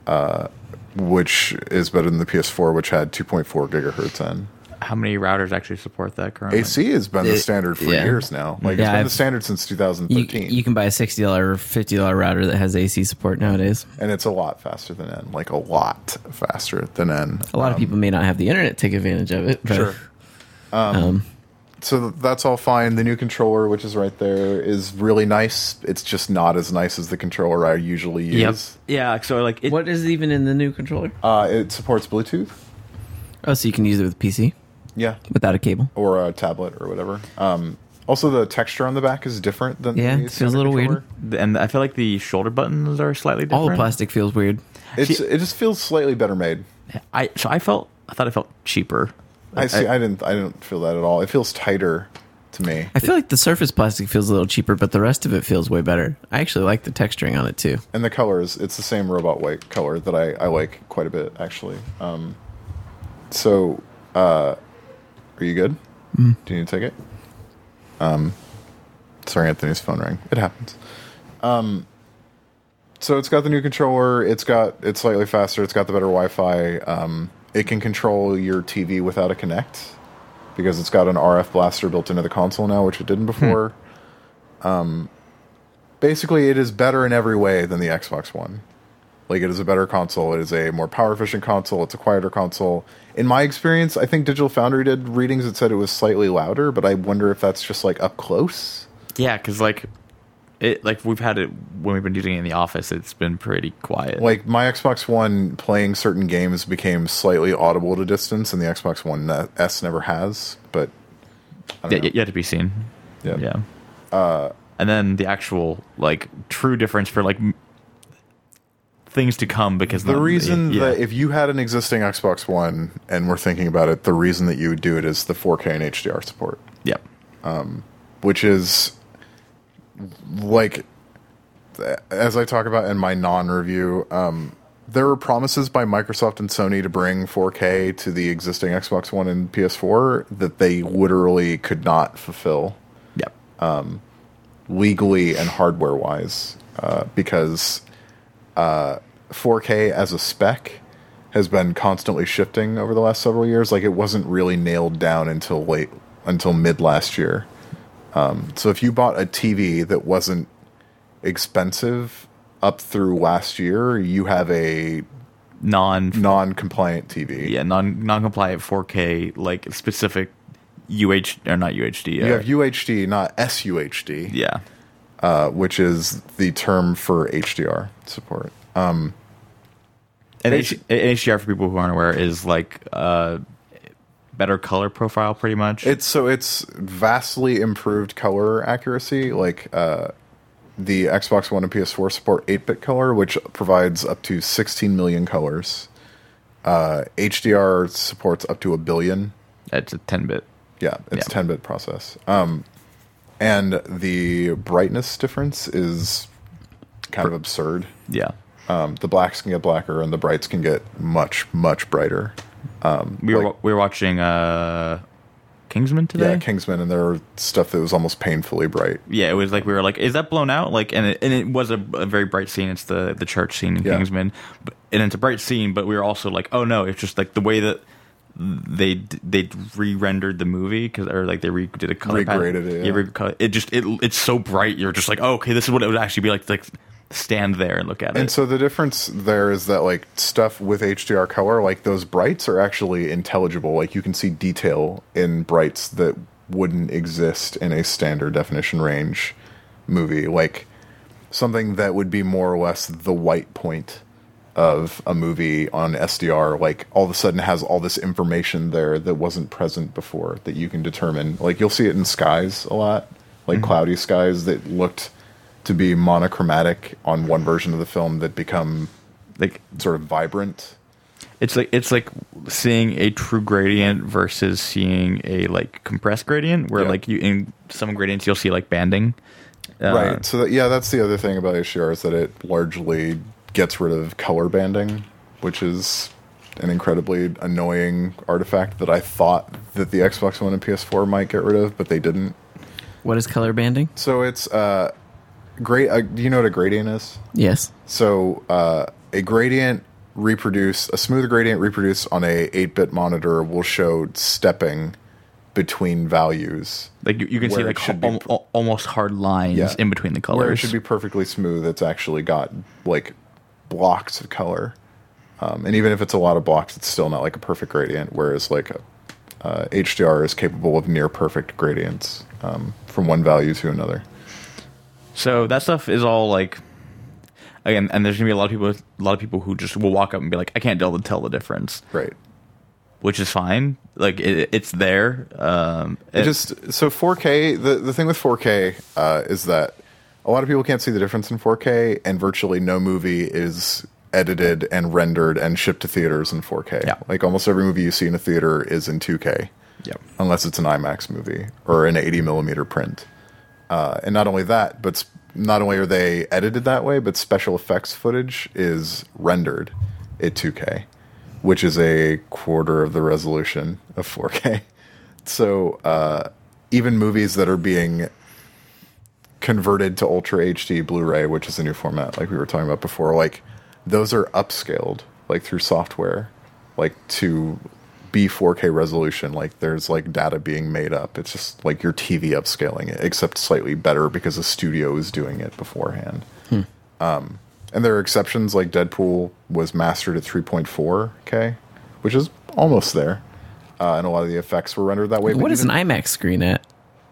[SPEAKER 4] Uh, which is better than the PS4, which had 2.4 gigahertz N.
[SPEAKER 3] How many routers actually support that currently?
[SPEAKER 4] AC has been
[SPEAKER 2] It-
[SPEAKER 4] the standard for
[SPEAKER 2] yeah.
[SPEAKER 4] years now. Like
[SPEAKER 2] Yeah,
[SPEAKER 4] it's been
[SPEAKER 2] I've-
[SPEAKER 4] the standard since
[SPEAKER 2] You,
[SPEAKER 4] 2013,
[SPEAKER 2] you can buy a sixty dollar or fifty dollar router that has AC support nowadays.
[SPEAKER 4] and it's a lot faster than N. Like a lot faster than N.
[SPEAKER 2] A lot of people may not have the internet to take advantage of it. But,
[SPEAKER 4] Um, Sure. So that's all fine. The new controller, which is right there, is really nice. It's just not as nice as the controller I usually use.
[SPEAKER 3] Yep. Yeah. like, So like, it,
[SPEAKER 2] What is even in the new controller?
[SPEAKER 4] Uh, it supports Bluetooth.
[SPEAKER 2] Oh, so you can use it with PC
[SPEAKER 4] Yeah,
[SPEAKER 2] without a cable.
[SPEAKER 4] or a tablet or whatever. Um, also, the texture on the back is different than
[SPEAKER 2] Yeah,
[SPEAKER 4] the
[SPEAKER 2] it feels a
[SPEAKER 4] standard
[SPEAKER 2] little weird.
[SPEAKER 4] controller.
[SPEAKER 3] and I feel like the shoulder buttons are slightly different.
[SPEAKER 2] All the plastic feels weird.
[SPEAKER 4] It's it just feels slightly better made.
[SPEAKER 3] I so I felt I thought it felt cheaper.
[SPEAKER 4] I see. I, didn't. I didn't feel that at all. It feels tighter to to me.
[SPEAKER 2] I feel like the surface plastic feels a little cheaper, but the rest of it feels way better. I actually like the texturing on it too.
[SPEAKER 4] And the colors, it's the same robot white color that I, I like quite a bit, actually. Um, so, uh, are you good? Do you need to take it? Um, sorry, Anthony's phone rang. It happens. Um, so it's got the new controller. It's got it's slightly faster. It's got the better Wi-Fi. Um, it can control your TV without a Kinect because it's got an RF blaster built into the console now, which it didn't before basically it is better in every way than the Xbox One. Like it is a better console, it is a more power efficient console, it's a quieter console. In my experience, I think Digital Foundry did readings that said it was slightly louder, but I wonder if that's just like up close.
[SPEAKER 3] Yeah, because like it like we've had it when we've been using it in the office. It's been pretty quiet.
[SPEAKER 4] Like my Xbox One playing certain games became slightly audible to distance and the Xbox One S never has, but
[SPEAKER 3] yeah, y- yet to be seen.
[SPEAKER 4] yeah.
[SPEAKER 3] Yeah. Uh, and then the actual like true difference for like m- things to come because
[SPEAKER 4] The
[SPEAKER 3] not-
[SPEAKER 4] reason
[SPEAKER 3] yeah.
[SPEAKER 4] that if you had an existing Xbox One and were thinking about it, the reason that you would do it is the 4K and HDR support.
[SPEAKER 3] yeah.
[SPEAKER 4] which is like as I talk about in my non-review, um, there were promises by Microsoft and Sony to bring 4K to the existing Xbox One and PS4 that they literally could not fulfill
[SPEAKER 3] Yeah.
[SPEAKER 4] legally and hardware wise uh, because uh, 4K as a spec has been constantly shifting over the last several years. Like it wasn't really nailed down until late, until mid last year. Um, so if you bought a TV that wasn't expensive up through last year, you have a
[SPEAKER 3] Non
[SPEAKER 4] non compliant TV.
[SPEAKER 3] yeah, non non compliant 4K like specific UH or not UHD.
[SPEAKER 4] You
[SPEAKER 3] uh,
[SPEAKER 4] have UHD, not SUHD.
[SPEAKER 3] yeah.
[SPEAKER 4] uh, which is the term for HDR support.
[SPEAKER 3] And
[SPEAKER 4] Basi-
[SPEAKER 3] H- HDR for people who aren't aware is like uh better color profile pretty much.
[SPEAKER 4] It's so it's vastly improved color accuracy. Like uh, the Xbox One and PS4 support 8-bit color, which provides up to 16 million colors. Uh, HDR supports up to a billion.
[SPEAKER 3] it's a 10 bit.
[SPEAKER 4] Yeah, it's
[SPEAKER 3] Yeah.
[SPEAKER 4] 10-bit process. Um, and the brightness difference is kind of absurd.
[SPEAKER 3] Yeah.
[SPEAKER 4] Um, the blacks can get blacker, and the brights can get much, much brighter.
[SPEAKER 3] We were
[SPEAKER 4] Like-
[SPEAKER 3] we were watching uh Kingsman today.
[SPEAKER 4] Yeah, Kingsman, and there were stuff that was almost painfully bright.
[SPEAKER 3] Yeah, it was like we were like, "Is that blown out?" Like, and it, and it was a, a very bright scene. It's the the church scene in
[SPEAKER 4] Yeah.
[SPEAKER 3] Kingsman, but, and it's a bright scene. But we were also like, "Oh no!" It's just like the way that they d- they re rendered the movie because or like they re- did a color palette.
[SPEAKER 4] Regraded it, yeah.
[SPEAKER 3] recolor- it just it it's so bright. You're just like, "Oh, okay, this is what it would actually be like." To, like stand there and look at
[SPEAKER 4] And
[SPEAKER 3] it.
[SPEAKER 4] so the difference there is that like stuff with HDR color, like those brights are actually intelligible. Like you can see detail in brights that wouldn't exist in a standard definition range movie. Like something that would be more or less the white point of a movie on SDR, like all of a sudden has all this information there that wasn't present before that you can determine. Like you'll see it in skies a lot, like cloudy skies that looked to be monochromatic on one version of the film that become
[SPEAKER 3] Like
[SPEAKER 4] sort of vibrant.
[SPEAKER 3] it's like it's like seeing a true gradient versus seeing a like compressed gradient, where
[SPEAKER 4] Yeah.
[SPEAKER 3] like you in some gradients you'll see like banding. Uh,
[SPEAKER 4] right. So that, yeah, that's the other thing about HDR is that it largely gets rid of color banding, which is an incredibly annoying artifact that I thought that the Xbox One and PS4 might get rid of, but they didn't.
[SPEAKER 2] What is color banding?
[SPEAKER 4] So it's uh, great. Uh, do you know what a gradient is?
[SPEAKER 2] Yes.
[SPEAKER 4] So uh, a gradient reproduce a smooth gradient reproduced on a 8-bit monitor will show stepping between values.
[SPEAKER 3] Like you, you can see
[SPEAKER 4] where
[SPEAKER 3] like
[SPEAKER 4] it should
[SPEAKER 3] al-
[SPEAKER 4] be-
[SPEAKER 3] al- almost hard lines
[SPEAKER 4] Yeah.
[SPEAKER 3] in between the colors.
[SPEAKER 4] where it should be perfectly smooth. It's actually got like blocks of color, um, and even if it's a lot of blocks, it's still not like a perfect gradient. Whereas like uh, HDR is capable of near perfect gradients um, from one value to another.
[SPEAKER 3] so that stuff is all like again, and there's gonna be a lot of people, a lot of people who just will walk up and be like, I can't tell the tell the difference,
[SPEAKER 4] Right.
[SPEAKER 3] which is fine. Like it, it's there. Um,
[SPEAKER 4] It just so 4K. The the thing with 4K uh, is that a lot of people can't see the difference in 4K, and virtually no movie is edited and rendered and shipped to theaters in 4K.
[SPEAKER 3] Yeah.
[SPEAKER 4] Like almost every movie you see in a theater is in 2K.
[SPEAKER 3] Yep.
[SPEAKER 4] unless it's an IMAX movie or an 80 millimeter print. Uh, and not only that, but sp- not only are they edited that way, but special effects footage is rendered at 2K, which is a quarter of the resolution of 4K. So uh, even movies that are being converted to Ultra HD Blu-ray, which is a new format, like we were talking about before, like those are upscaled, like through software, like to be 4K resolution. Like there's like data being made up. It's just like your TV upscaling it, except slightly better because the studio is doing it beforehand.
[SPEAKER 2] Hmm.
[SPEAKER 4] Um, and there are exceptions, like Deadpool was mastered at 3.4K, which is almost there. Uh, and a lot of the effects were rendered that way. but
[SPEAKER 2] What is
[SPEAKER 4] even-
[SPEAKER 2] an IMAX screen at?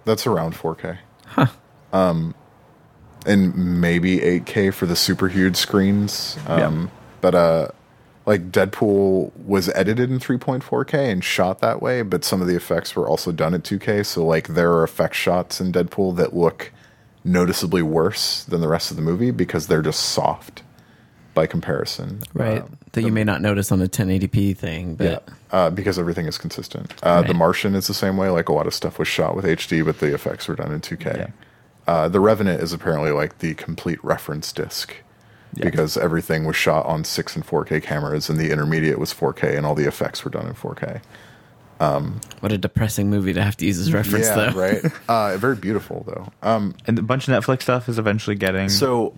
[SPEAKER 4] that's around 4K. Huh. Um, and maybe 8K for the super huge screens. Um, but uh, like Deadpool was edited in 3.4K and shot that way, but some of the effects were also done at 2K. So like there are effect shots in Deadpool that look noticeably worse than the rest of the movie because they're just soft by comparison.
[SPEAKER 2] Right.
[SPEAKER 4] Um,
[SPEAKER 2] that you may not notice on a 1080p thing, but
[SPEAKER 4] uh, because everything is consistent. Uh, The
[SPEAKER 2] Right.
[SPEAKER 4] Martian is the same way. Like a lot of stuff was shot with HD, but the effects were done in 2K.
[SPEAKER 3] Yeah.
[SPEAKER 4] Uh, the Revenant is apparently like the complete reference disc because everything was shot on 6 and 4K cameras, and the intermediate was 4K, and all the effects were done in 4K.
[SPEAKER 2] what a depressing movie to have to use as reference,
[SPEAKER 4] yeah,
[SPEAKER 2] though.
[SPEAKER 4] right. Uh, very beautiful, though. Um,
[SPEAKER 3] And a bunch of Netflix stuff is eventually getting.
[SPEAKER 4] So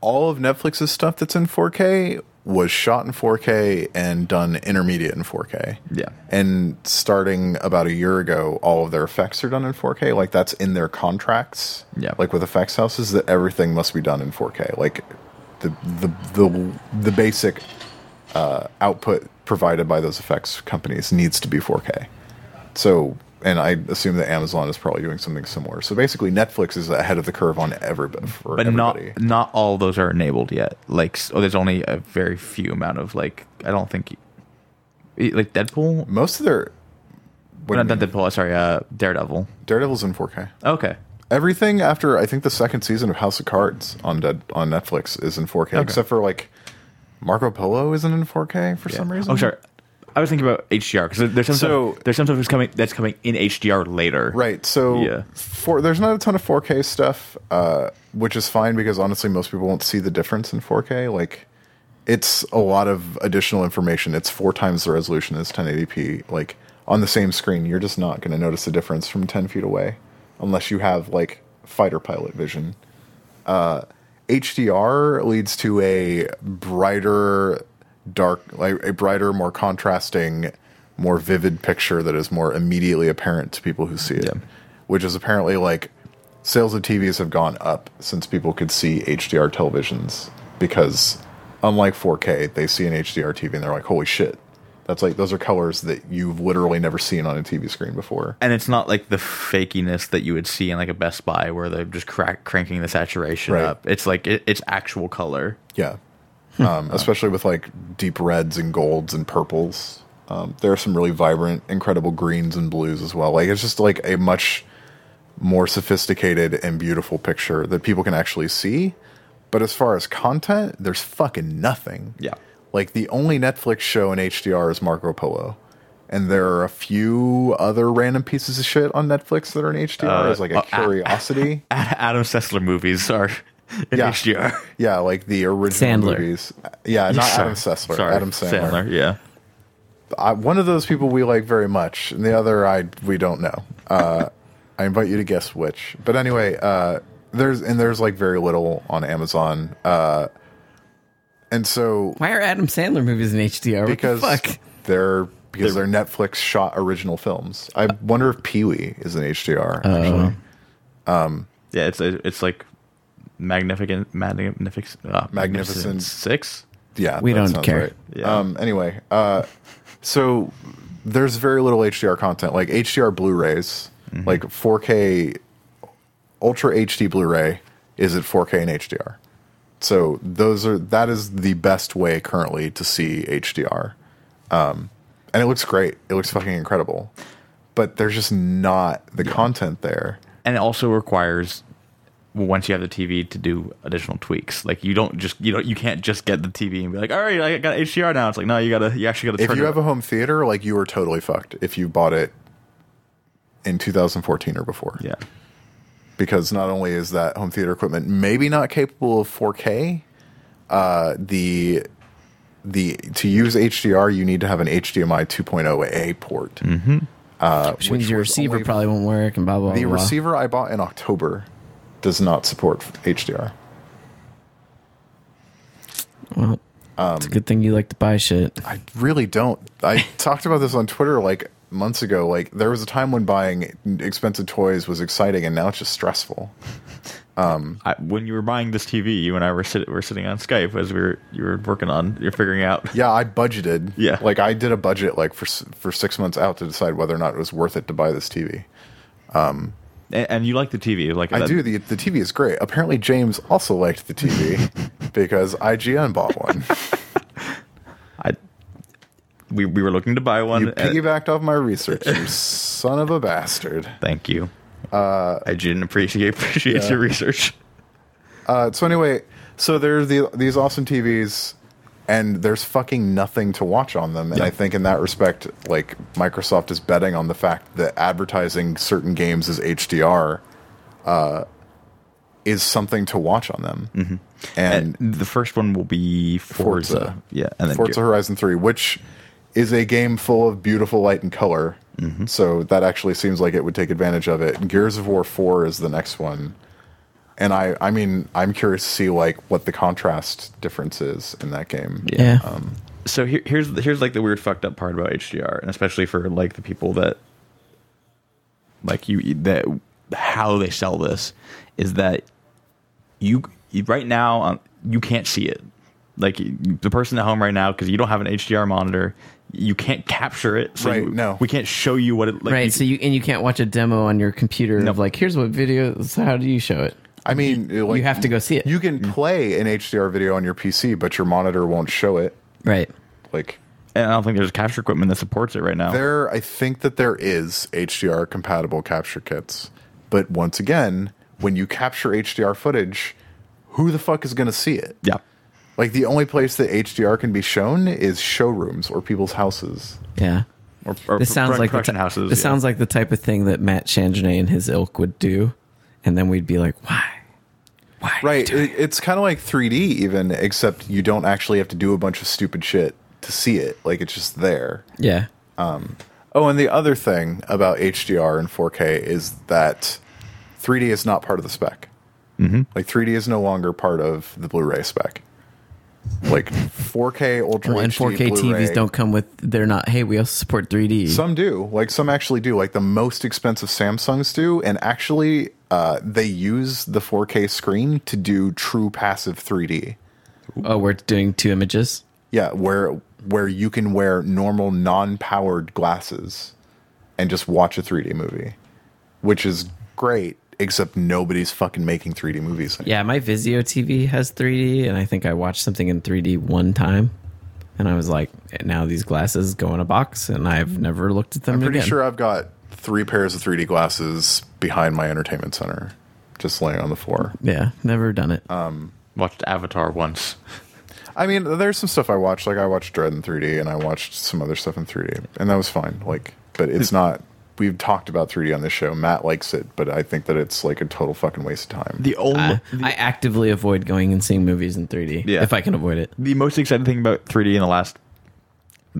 [SPEAKER 4] all of Netflix's stuff that's in 4K was shot in 4K and done intermediate in 4K.
[SPEAKER 3] Yeah.
[SPEAKER 4] And starting about a year ago, all of their effects are done in 4K. Like that's in their contracts.
[SPEAKER 3] Yeah.
[SPEAKER 4] Like with effects houses, that everything must be done in 4K. Like the the the the basic uh, output provided by those effects companies needs to be 4K. So, and I assume that Amazon is probably doing something similar. So basically, Netflix is ahead of the curve on everybody. For
[SPEAKER 3] but
[SPEAKER 4] everybody.
[SPEAKER 3] not not all those are enabled yet. Like, s- oh, there's only a very few amount of like. I don't think, y- like Deadpool.
[SPEAKER 4] most of their. What do
[SPEAKER 3] Not,
[SPEAKER 4] you
[SPEAKER 3] not
[SPEAKER 4] mean?
[SPEAKER 3] Deadpool. Sorry, uh, Daredevil.
[SPEAKER 4] Daredevil's in 4K.
[SPEAKER 3] Okay,
[SPEAKER 4] Everything after I think the second season of House of Cards on Dead, on Netflix is in 4K, except for like Marco Polo isn't in 4K for some reason.
[SPEAKER 3] Oh, sorry. I was thinking about HDR because there's some
[SPEAKER 4] So-
[SPEAKER 3] stuff, there's some stuff that's coming that's coming in HDR later.
[SPEAKER 4] Right. So
[SPEAKER 3] Yeah.
[SPEAKER 4] for, there's not a ton of 4K stuff, uh, which is fine because honestly, most people won't see the difference in 4K. Like, it's a lot of additional information. It's four times the resolution as 1080p. Like, on the same screen, you're just not going to notice the difference from 10 feet away unless you have, like, fighter pilot vision. Uh, HDR leads to a brighter, dark, like, a brighter, more contrasting, more vivid picture that is more immediately apparent to people who see it,
[SPEAKER 3] Yeah.
[SPEAKER 4] which is apparently like sales of TVs have gone up since people could see HDR televisions because unlike 4K, they see an HDR TV and they're like, "Holy shit." That's like those are colors that you've literally never seen on a TV screen before.
[SPEAKER 3] And it's not like the fakiness that you would see in like a Best Buy where they're just crack, cranking the saturation
[SPEAKER 4] Right.
[SPEAKER 3] up. It's like it, it's actual color.
[SPEAKER 4] Yeah.
[SPEAKER 3] Hmm.
[SPEAKER 4] Um, especially with like deep reds and golds and purples. Um, there are some really vibrant, incredible greens and blues as well. Like it's just like a much more sophisticated and beautiful picture that people can actually see. But as far as content, there's fucking nothing.
[SPEAKER 3] Yeah.
[SPEAKER 4] Like the only Netflix show in HDR is Marco Polo. And there are a few other random pieces of shit on Netflix that are in HDR. There's like a
[SPEAKER 3] uh, ah-
[SPEAKER 4] curiosity.
[SPEAKER 3] Adam Sessler movies are in
[SPEAKER 4] Yeah.
[SPEAKER 3] HDR.
[SPEAKER 4] Yeah, like the original
[SPEAKER 2] Sandler.
[SPEAKER 4] movies. Yeah, not Adam Sessler.
[SPEAKER 3] Sorry,
[SPEAKER 4] Adam Sandler.
[SPEAKER 3] Yeah.
[SPEAKER 4] I, one of those people we like very much, and the other I we don't know. Uh, I invite you to guess which. But anyway, uh, there's and there's like very little on Amazon. Uh, and so
[SPEAKER 2] Why are Adam Sandler movies in HDR? What
[SPEAKER 4] because
[SPEAKER 2] the fuck?
[SPEAKER 4] they're because they're, Netflix shot original films. I wonder if Pee Wee is in HDR. Actually,
[SPEAKER 3] Yeah. It's it's like magnificent, magnificent, uh,
[SPEAKER 4] Magnificent.
[SPEAKER 3] six.
[SPEAKER 4] yeah,
[SPEAKER 2] We
[SPEAKER 4] that
[SPEAKER 2] don't
[SPEAKER 4] sounds
[SPEAKER 2] care.
[SPEAKER 3] Yeah.
[SPEAKER 4] Um, anyway, uh, so there's very little HDR content, like HDR Blu-rays,
[SPEAKER 2] Mm-hmm.
[SPEAKER 4] like 4K Ultra HD Blu-ray is at 4K and HDR. So those are that is the best way currently to see HDR, um, and it looks great. It looks fucking incredible, but there's just not the content there.
[SPEAKER 3] and it also requires once you have the TV to do additional tweaks. Like you don't just you know you can't just get the TV and be like, all right, I got HDR now. It's like no, you gotta you actually gotta
[SPEAKER 4] If
[SPEAKER 3] turn
[SPEAKER 4] you
[SPEAKER 3] it.
[SPEAKER 4] have a home theater, like you are totally fucked if you bought it in 2014 or before.
[SPEAKER 3] Yeah.
[SPEAKER 4] Because not only is that home theater equipment maybe not capable of 4K, uh, the the to use HDR you need to have an HDMI 2.0 A port. Uh,
[SPEAKER 2] which, means your
[SPEAKER 4] was
[SPEAKER 2] receiver
[SPEAKER 4] only-
[SPEAKER 2] probably won't work and blah blah
[SPEAKER 4] The
[SPEAKER 2] blah.
[SPEAKER 4] receiver I bought in October does not support HDR.
[SPEAKER 2] Well, it's a good thing you like to buy shit.
[SPEAKER 4] I really don't. I talked about this on Twitter like months ago. Like there was a time when buying expensive toys was exciting, and now it's just stressful.
[SPEAKER 3] I, when you were buying this TV, you and I were, sit, were sitting on Skype as we were you were working on you're figuring out.
[SPEAKER 4] Yeah, I budgeted.
[SPEAKER 3] Yeah.
[SPEAKER 4] like I did a budget like for s- for six months out to decide whether or not it was worth it to buy this TV.
[SPEAKER 3] And, and you like the TV, like
[SPEAKER 4] I
[SPEAKER 3] that-
[SPEAKER 4] do. the The TV is great. Apparently, James also liked the TV because IGN bought one.
[SPEAKER 3] I we we were looking to buy one.
[SPEAKER 4] You
[SPEAKER 3] and-
[SPEAKER 4] piggybacked off my research, you son of a bastard.
[SPEAKER 3] Thank you. I didn't appreciate appreciate
[SPEAKER 4] Uh, yeah.
[SPEAKER 3] your research.
[SPEAKER 4] Uh, so anyway, so there are the, these awesome TVs, and there's fucking nothing to watch on them. And
[SPEAKER 3] Yeah.
[SPEAKER 4] I think in that respect, like Microsoft is betting on the fact that advertising certain games as HDR uh, is something to watch on them. Mm-hmm. And,
[SPEAKER 3] And the first one will be Forza.
[SPEAKER 4] Forza.
[SPEAKER 3] Yeah, and then
[SPEAKER 4] Forza Horizon Three, which is a game full of beautiful light and color.
[SPEAKER 3] Mm-hmm.
[SPEAKER 4] So that actually seems like it would take advantage of it. Gears of War Four is the next one, and I, I mean, I'm curious to see like what the contrast difference is in that game.
[SPEAKER 2] Yeah.
[SPEAKER 4] um,
[SPEAKER 3] so here, here's here's like the weird fucked up part about HDR, and especially for like the people that like you that how they sell this is that you you- right now um, you can't see it. Like you- the person at home right now, because you don't have an HDR monitor, you can't capture it. So
[SPEAKER 4] Right,
[SPEAKER 3] you-
[SPEAKER 4] no.
[SPEAKER 3] we can't show you what it. Like,
[SPEAKER 2] right.
[SPEAKER 3] you-
[SPEAKER 2] so you and you can't watch a demo on your computer
[SPEAKER 3] No.
[SPEAKER 2] of like, here's what video. this is How do you show it?
[SPEAKER 4] I mean, you,
[SPEAKER 2] you have to go see it.
[SPEAKER 4] You
[SPEAKER 3] Mm-hmm.
[SPEAKER 4] can play an HDR video on your PC, but your monitor won't show it.
[SPEAKER 2] Right.
[SPEAKER 4] Like
[SPEAKER 3] and I don't think there's capture equipment that supports it right now.
[SPEAKER 4] There, I think that there is HDR compatible capture kits, but once again, when you capture HDR footage, who the fuck is going to see it?
[SPEAKER 3] yeah,
[SPEAKER 4] Like the only place that HDR can be shown is showrooms or people's houses.
[SPEAKER 2] Yeah.
[SPEAKER 3] or, or
[SPEAKER 2] This sounds
[SPEAKER 3] pro-
[SPEAKER 2] like the
[SPEAKER 3] production
[SPEAKER 2] ti-
[SPEAKER 3] houses.
[SPEAKER 2] This
[SPEAKER 3] yeah.
[SPEAKER 2] sounds like the type of thing that Matt Chandonnet and his ilk would do, and then we'd be like, why? Why? are you
[SPEAKER 4] Right.
[SPEAKER 2] doing
[SPEAKER 4] It, it's kind of like 3D, even, except you don't actually have to do a bunch of stupid shit to see it. Like it's just there.
[SPEAKER 2] it?" Yeah.
[SPEAKER 4] Oh, and the other thing about HDR and 4K is that 3D is not part of the spec. Mm-hmm. Like 3D is no longer part of the Blu-ray spec. Like 4K Ultra
[SPEAKER 2] Well, and
[SPEAKER 4] HD
[SPEAKER 2] 4K
[SPEAKER 4] Blu-ray-
[SPEAKER 2] TVs don't come with. They're not. Hey, we also support 3D.
[SPEAKER 4] Some do. Like some actually do. Like the most expensive Samsungs do, and actually uh, they use the 4K screen to do true passive 3D.
[SPEAKER 2] oh, we're doing two images.
[SPEAKER 4] Yeah, where where you can wear normal non-powered glasses and just watch a 3D movie, which is great. Except nobody's fucking making 3D movies. anymore.
[SPEAKER 2] Yeah, my Vizio TV has 3D, and I think I watched something in 3D one time, and I was like, now these glasses go in a box, and I've never looked at them
[SPEAKER 4] I'm pretty
[SPEAKER 2] again.
[SPEAKER 4] sure I've got three pairs of 3D glasses behind my entertainment center, just laying on the floor.
[SPEAKER 2] Yeah, never done it.
[SPEAKER 4] Uh,
[SPEAKER 3] watched Avatar once.
[SPEAKER 4] I mean, there's some stuff I watched. Like I watched Dread in 3D, and I watched some other stuff in 3D, and that was fine. Like, but it's not. We've talked about 3D on this show. Matt likes it, but I think that it's like a total fucking waste of time.
[SPEAKER 3] The only
[SPEAKER 2] I, I actively avoid going and seeing movies in 3D
[SPEAKER 3] Yeah.
[SPEAKER 2] if I can avoid it.
[SPEAKER 3] the most exciting thing about 3D in the last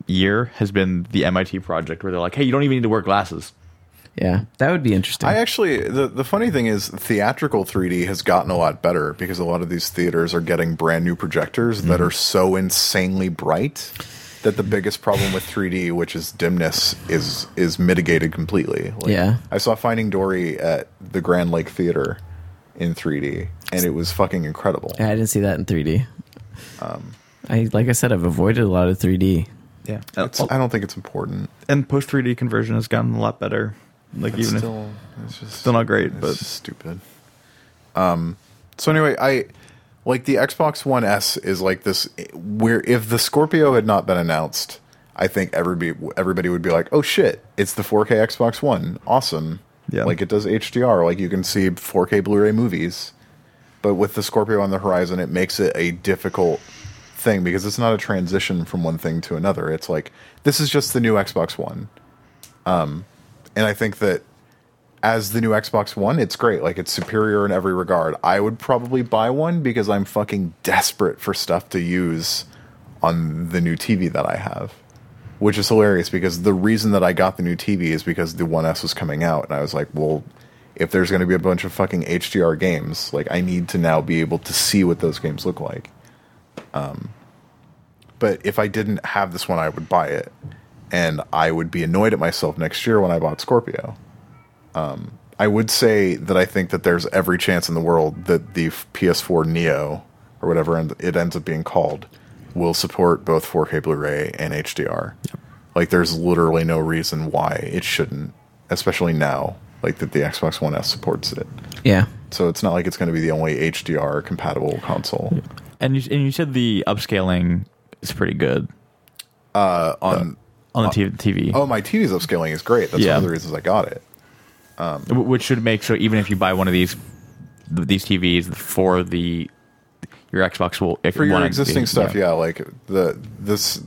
[SPEAKER 3] year has been the MIT project where they're like, hey, you don't even need to wear glasses.
[SPEAKER 2] Yeah, that would be interesting.
[SPEAKER 4] I actually the the funny thing is theatrical 3D has gotten a lot better because a lot of these theaters are getting brand new projectors
[SPEAKER 2] Mm-hmm.
[SPEAKER 4] that are so insanely bright that the biggest problem with 3D, which is dimness, is is mitigated completely. Like,
[SPEAKER 2] Yeah.
[SPEAKER 4] I saw Finding Dory at the Grand Lake Theater in 3D, and it was fucking incredible.
[SPEAKER 2] Yeah, I didn't see that in 3D. I like I said, I've avoided a lot of 3D.
[SPEAKER 3] Yeah.
[SPEAKER 4] It's, I don't think it's important.
[SPEAKER 3] Uh, oh, and post 3D conversion has gotten a lot better. Like,
[SPEAKER 4] It's
[SPEAKER 3] even
[SPEAKER 4] still, it's just
[SPEAKER 3] still not great,
[SPEAKER 4] it's
[SPEAKER 3] but-
[SPEAKER 4] stupid. Um. So anyway, I like the Xbox One S is like this. Where if the Scorpio had not been announced, I think everybody everybody would be like, "Oh shit, it's the 4K Xbox One, awesome!"
[SPEAKER 3] Yeah.
[SPEAKER 4] like it does HDR, like you can see 4K Blu-ray movies. But with the Scorpio on the horizon, it makes it a difficult thing because it's not a transition from one thing to another. It's like this is just the new Xbox One Um, and I think that as the new Xbox One, it's great. Like it's superior in every regard. I would probably buy one because I'm fucking desperate for stuff to use on the new TV that I have. Which is hilarious because the reason that I got the new TV is because the 1S was coming out and I was like, well, if there's going to be a bunch of fucking HDR games, like I need to now be able to see what those games look like Um, but if I didn't have this one, I would buy it, and I would be annoyed at myself next year when I bought Scorpio. Um, I would say that I think that there's every chance in the world that the f- PS4 Neo or whatever end- it ends up being called will support both 4K Blu-ray and HDR. Like, there's literally no reason why it shouldn't, especially now. Like that, the Xbox One S supports it,
[SPEAKER 2] Yeah.
[SPEAKER 4] so it's not like it's going to be the only HDR compatible console.
[SPEAKER 3] And you, and you said the upscaling is pretty good
[SPEAKER 4] Uh, on
[SPEAKER 3] on the TV,
[SPEAKER 4] oh, my TV's upscaling is great. That's
[SPEAKER 3] Yeah.
[SPEAKER 4] one of the reasons I got it.
[SPEAKER 3] wh- which should make so even if you buy one of these th- these TVs for the your Xbox will if
[SPEAKER 4] for
[SPEAKER 3] one
[SPEAKER 4] your
[SPEAKER 3] of
[SPEAKER 4] existing
[SPEAKER 3] the-
[SPEAKER 4] stuff yeah. like the this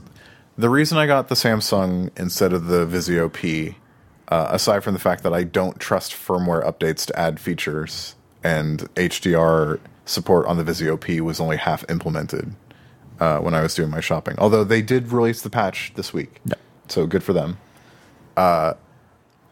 [SPEAKER 4] the reason i got the samsung instead of the vizio p uh, aside from the fact that i don't trust firmware updates to add features and hdr support on the vizio p was only half implemented uh, when i was doing my shopping although they did release the patch this week so good for them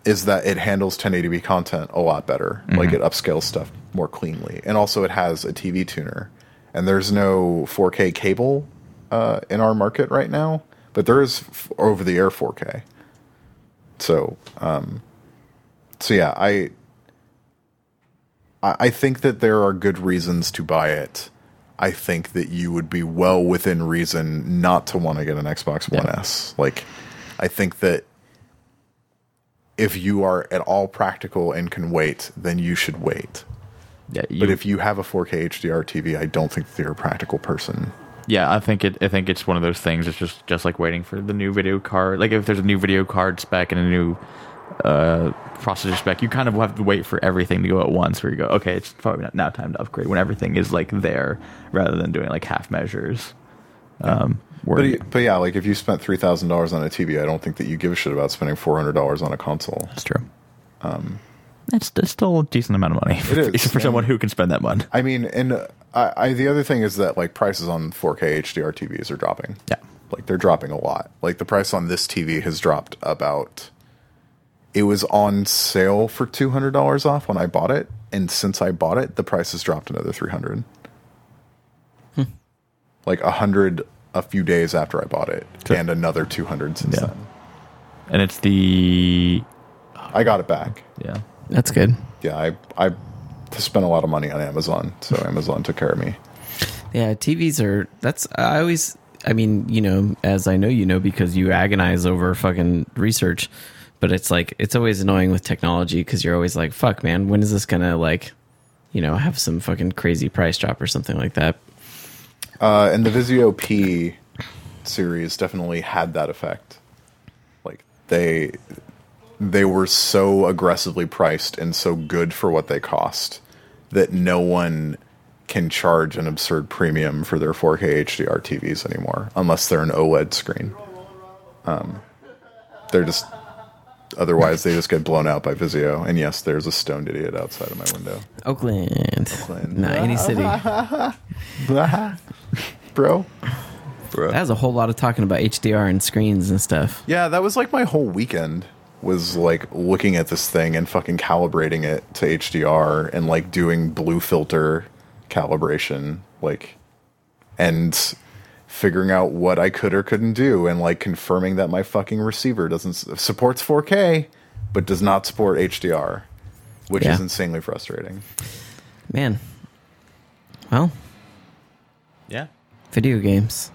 [SPEAKER 4] is that it handles 1080p content a lot better. Like it upscales stuff more cleanly, and also it has a TV tuner. And there's no 4K cable uh, in our market right now, but there is f- over-the-air 4K. So, um, so yeah, I, I I think that there are good reasons to buy it. I think that you would be well within reason not to want to get an Xbox One S. Like, I think that if you are at all practical and can wait, then you should wait.
[SPEAKER 3] Yeah, you,
[SPEAKER 4] But if you have a 4K HDR TV, I don't think that you're a practical person.
[SPEAKER 3] Yeah, I think it. I think it's one of those things. It's just just like waiting for the new video card. Like if there's a new video card spec and a new uh, processor spec, you kind of have to wait for everything to go at once. Where you go, okay, it's probably not now time to upgrade when everything is like there, rather than doing like half measures. Um,
[SPEAKER 4] But,
[SPEAKER 3] where,
[SPEAKER 4] y- but yeah, like if you spent three thousand dollars on a TV, I don't think that you give a shit about spending four hundred dollars on a console.
[SPEAKER 3] that's true. Um, that's that's still a decent amount of money for,
[SPEAKER 4] It is,
[SPEAKER 3] for someone who can spend that money.
[SPEAKER 4] I mean, and uh, I, I the other thing is that like prices on 4K HDR TVs are dropping.
[SPEAKER 3] Yeah.
[SPEAKER 4] like they're dropping a lot. Like the price on this TV has dropped about. It was on sale for two hundred dollars off when I bought it, and since I bought it, the price has dropped another three hundred. like a hundred a few days after I bought it, and another two hundred since
[SPEAKER 3] Yeah.
[SPEAKER 4] then.
[SPEAKER 3] And it's the
[SPEAKER 4] I got it back.
[SPEAKER 3] yeah.
[SPEAKER 2] That's good.
[SPEAKER 4] Yeah, I I spent a lot of money on Amazon, so Amazon took care of me.
[SPEAKER 2] Yeah, TVs are. That's I always. I mean, you know, as I know you know because you agonize over fucking research, but it's like it's always annoying with technology because you're always like, "Fuck, man, when is this gonna like, you know, have some fucking crazy price drop or something like that?"
[SPEAKER 4] Uh, and the Vizio P series definitely had that effect. Like they they were so aggressively priced and so good for what they cost that no one can charge an absurd premium for their 4K HDR TVs anymore, unless they're an OLED screen. Um, they're just otherwise they just get blown out by Vizio. And yes, there's a stoned idiot outside of my window.
[SPEAKER 2] Oakland, nah, any city. That
[SPEAKER 4] Bro. Bro.
[SPEAKER 2] was a whole lot of talking about HDR and screens and stuff.
[SPEAKER 4] Yeah, that was like my whole weekend was like looking at this thing and fucking calibrating it to HDR and like doing blue filter calibration, like and figuring out what I could or couldn't do and like confirming that my fucking receiver doesn't s- supports 4K but does not support HDR, which
[SPEAKER 2] Yeah.
[SPEAKER 4] is insanely frustrating.
[SPEAKER 2] Man, well,
[SPEAKER 3] Yeah.
[SPEAKER 2] video games.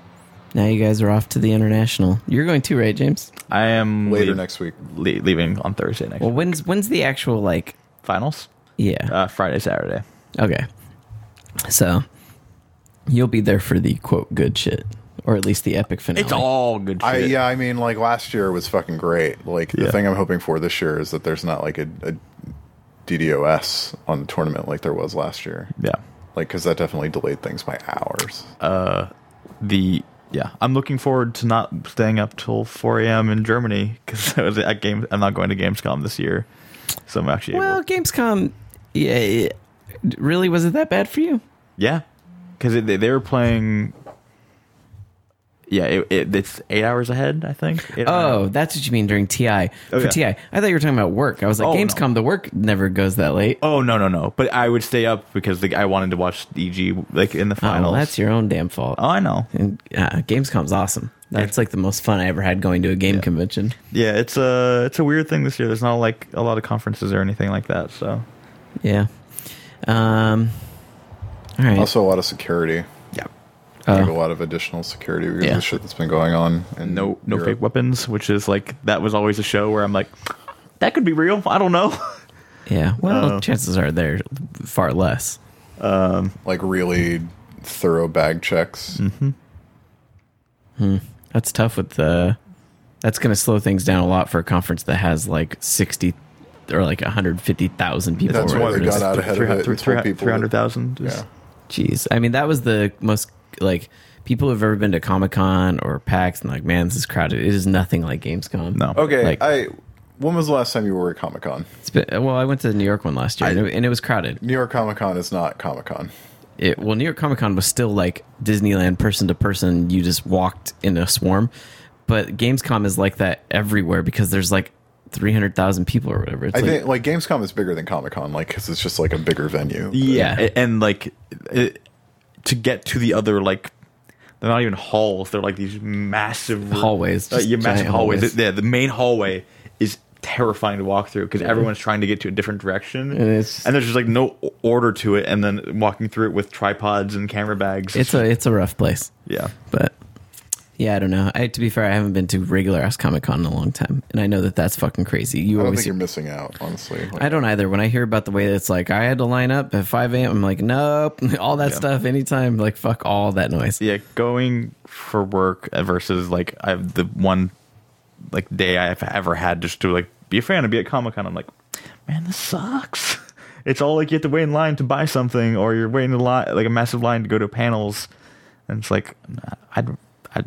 [SPEAKER 2] Now you guys are off to the international. You're going too, right, James?
[SPEAKER 3] I am
[SPEAKER 4] Later
[SPEAKER 3] leave-
[SPEAKER 4] next week.
[SPEAKER 3] le- leaving on Thursday next
[SPEAKER 2] Well, when's when's the actual like?
[SPEAKER 3] finals.
[SPEAKER 2] Yeah.
[SPEAKER 3] Uh, Friday, Saturday.
[SPEAKER 2] Okay. So you'll be there for the quote good shit, or at least the epic finale.
[SPEAKER 3] It's all good. Shit.
[SPEAKER 4] I, yeah, I mean, like last year was fucking great. Like the
[SPEAKER 3] Yeah.
[SPEAKER 4] thing I'm hoping for this year is that there's not like a, a DDoS on the tournament like there was last year.
[SPEAKER 3] yeah.
[SPEAKER 4] Like because that definitely delayed things by hours.
[SPEAKER 3] the yeah i'm looking forward to not staying up till 4 a.m in germany because i was at game i'm not going to gamescom this year So I'm actually
[SPEAKER 2] Well,
[SPEAKER 3] able.
[SPEAKER 2] Gamescom, yeah, yeah, really was it that bad for you?
[SPEAKER 3] Yeah, because they, they were playing. Yeah, it, it, it's eight hours ahead. I think. Eight
[SPEAKER 2] Oh, that's what you mean during TI for
[SPEAKER 3] Uh, Oh, yeah.
[SPEAKER 2] TI. I thought you were talking about work. I was like,
[SPEAKER 3] Oh, no.
[SPEAKER 2] Gamescom, the work never goes that late.
[SPEAKER 3] Oh no no no! But I would stay up because like, I wanted to watch EG like in the
[SPEAKER 2] Oh, well,
[SPEAKER 3] finals.
[SPEAKER 2] that's your own damn fault.
[SPEAKER 3] Oh, I know.
[SPEAKER 2] And uh, Gamescom's awesome. That's like the most fun I ever had going to a game convention.
[SPEAKER 3] Yeah, it's a it's a weird thing this year. There's not like a lot of conferences or anything like that. So
[SPEAKER 2] Yeah. Um. All right.
[SPEAKER 4] Also, a lot of security.
[SPEAKER 3] yeah, Uh,
[SPEAKER 4] Like a lot of additional security because
[SPEAKER 3] Yeah.
[SPEAKER 4] of the shit that's been going on. And
[SPEAKER 3] no no fake weapons, which is like that was always a show where I'm like, that could be real. I don't know.
[SPEAKER 2] yeah.
[SPEAKER 4] Uh,
[SPEAKER 2] Well, chances are they're far less.
[SPEAKER 4] like really thorough bag checks.
[SPEAKER 3] Mm.
[SPEAKER 2] That's tough with the. That's going to slow things down a lot for a conference that has like sixty or like one hundred fifty thousand people.
[SPEAKER 4] That's
[SPEAKER 2] or
[SPEAKER 4] why
[SPEAKER 2] whatever
[SPEAKER 4] they
[SPEAKER 2] it is.
[SPEAKER 4] got out ahead of it. and told people
[SPEAKER 3] Three hundred
[SPEAKER 4] that-
[SPEAKER 3] thousand.
[SPEAKER 4] Yeah.
[SPEAKER 2] Jeez. I mean, that was the most like people who've ever been to Comic Con or PAX and like, man, this is crowded. It is nothing like Gamescom.
[SPEAKER 3] No.
[SPEAKER 4] Okay,
[SPEAKER 2] Like-
[SPEAKER 4] I. When was the last time you were at Comic Con?
[SPEAKER 2] It's been, well, I went to the New York one last year, and, it, and it was crowded.
[SPEAKER 4] New York Comic Con is not Comic Con.
[SPEAKER 2] It, well, New York Comic Con was still like Disneyland, person to person. You just walked in a swarm, but Gamescom is like that everywhere because there's like three hundred thousand people or whatever. It's
[SPEAKER 4] I
[SPEAKER 2] like,
[SPEAKER 4] think like Gamescom is bigger than Comic Con, like because it's just like a bigger venue.
[SPEAKER 3] Yeah,
[SPEAKER 2] Yeah.
[SPEAKER 3] a- and like it, to get to the other like they're not even halls; they're like these massive r-
[SPEAKER 2] Hallways,
[SPEAKER 3] Uh,
[SPEAKER 2] just
[SPEAKER 3] yeah, massive
[SPEAKER 2] giant
[SPEAKER 3] hallways.
[SPEAKER 2] hallways.
[SPEAKER 3] Yeah, the main hallway is terrifying to walk through because everyone's trying to get to a different direction, and,
[SPEAKER 2] it's just-
[SPEAKER 3] there's just like no o- order to it. And then walking through it with tripods and camera bags.
[SPEAKER 2] it's a it's a rough place.
[SPEAKER 3] yeah.
[SPEAKER 2] but yeah, I don't know. I, to be fair, I haven't been to regular ass Comic Con in a long time, and I know that that's fucking crazy. You
[SPEAKER 4] I don't
[SPEAKER 2] always
[SPEAKER 4] think
[SPEAKER 2] hear-
[SPEAKER 4] you're missing out, honestly. Like,
[SPEAKER 2] I don't either. When I hear about the way that it's like, I had to line up at 5 a.m., I'm like, nope, all that
[SPEAKER 3] Yeah.
[SPEAKER 2] stuff anytime. Like, fuck all that noise.
[SPEAKER 3] yeah going for work versus like i have the one like day i've ever had just to like be a fan and be at comic-con i'm like man this sucks it's all like you have to wait in line to buy something or you're waiting a lot like a massive line to go to panels and it's like i i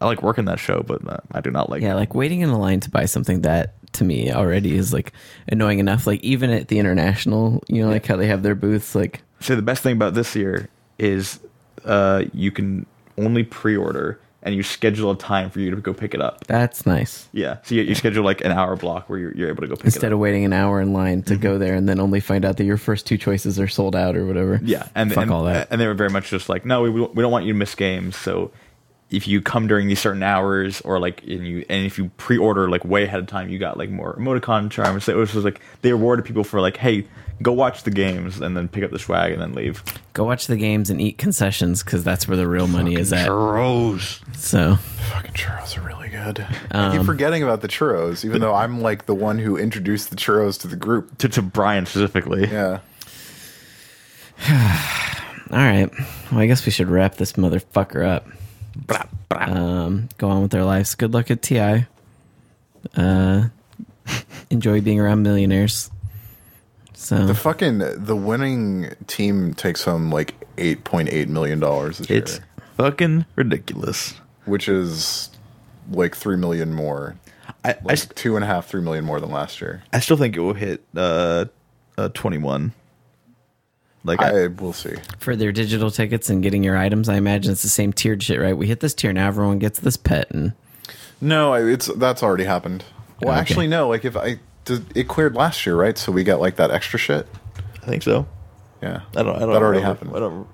[SPEAKER 3] i like working that show but uh, i do not like
[SPEAKER 2] Yeah, like waiting in a line to buy something that to me already is like annoying enough. Like, even at the international, you know, like how they have their booths, like,
[SPEAKER 3] so the best thing about this year is uh you can only pre-order and you schedule a time for you to go pick it up.
[SPEAKER 2] that's nice.
[SPEAKER 3] Yeah. So you, you schedule like an hour block where you're, you're able to go pick it up.
[SPEAKER 2] Instead of waiting an hour in line to go there and then only find out that your first two choices are sold out or whatever.
[SPEAKER 3] Yeah, and
[SPEAKER 2] fuck
[SPEAKER 3] and, uh,
[SPEAKER 2] all that.
[SPEAKER 3] and they were very much just like, no, we, we don't want you to miss games. So if you come during these certain hours, or like, and you and if you pre-order like way ahead of time, you got like more emoticon charms. So it was just like they rewarded people for like, hey, go watch the games and then pick up the swag and then leave.
[SPEAKER 2] Go watch the games and eat concessions because that's where the real money is at.
[SPEAKER 3] Churros.
[SPEAKER 2] So,
[SPEAKER 4] fucking churros are really good. I
[SPEAKER 3] Um,
[SPEAKER 4] keep forgetting about the churros, even though I'm like the one who introduced the churros to the group.
[SPEAKER 3] To, to Brian specifically.
[SPEAKER 4] Yeah,
[SPEAKER 2] all right. Well, I guess we should wrap this motherfucker up.
[SPEAKER 3] Brah, brah.
[SPEAKER 2] um, go on with their lives. Good luck at TI. Uh, enjoy being around millionaires. So
[SPEAKER 4] the fucking the winning team takes home like eight point eight million dollars this
[SPEAKER 3] it's
[SPEAKER 4] year,
[SPEAKER 3] fucking ridiculous.
[SPEAKER 4] which is like three million more,
[SPEAKER 3] I, I,
[SPEAKER 4] like two and a half, three million more than last year.
[SPEAKER 3] I still think it will hit uh, uh twenty one. Like
[SPEAKER 4] I will see.
[SPEAKER 2] for their digital tickets and getting your items, I imagine it's the same tiered shit, right? We hit this tier now, everyone gets this pet, and
[SPEAKER 4] No, I- it's that's already happened. Well,
[SPEAKER 2] Okay.
[SPEAKER 4] actually, no. Like if I did, it cleared last year, right? So we got like that extra shit.
[SPEAKER 3] I think so.
[SPEAKER 4] Yeah,
[SPEAKER 3] I don't. I don't.
[SPEAKER 4] that already
[SPEAKER 3] remember.
[SPEAKER 4] happened.
[SPEAKER 3] I don't.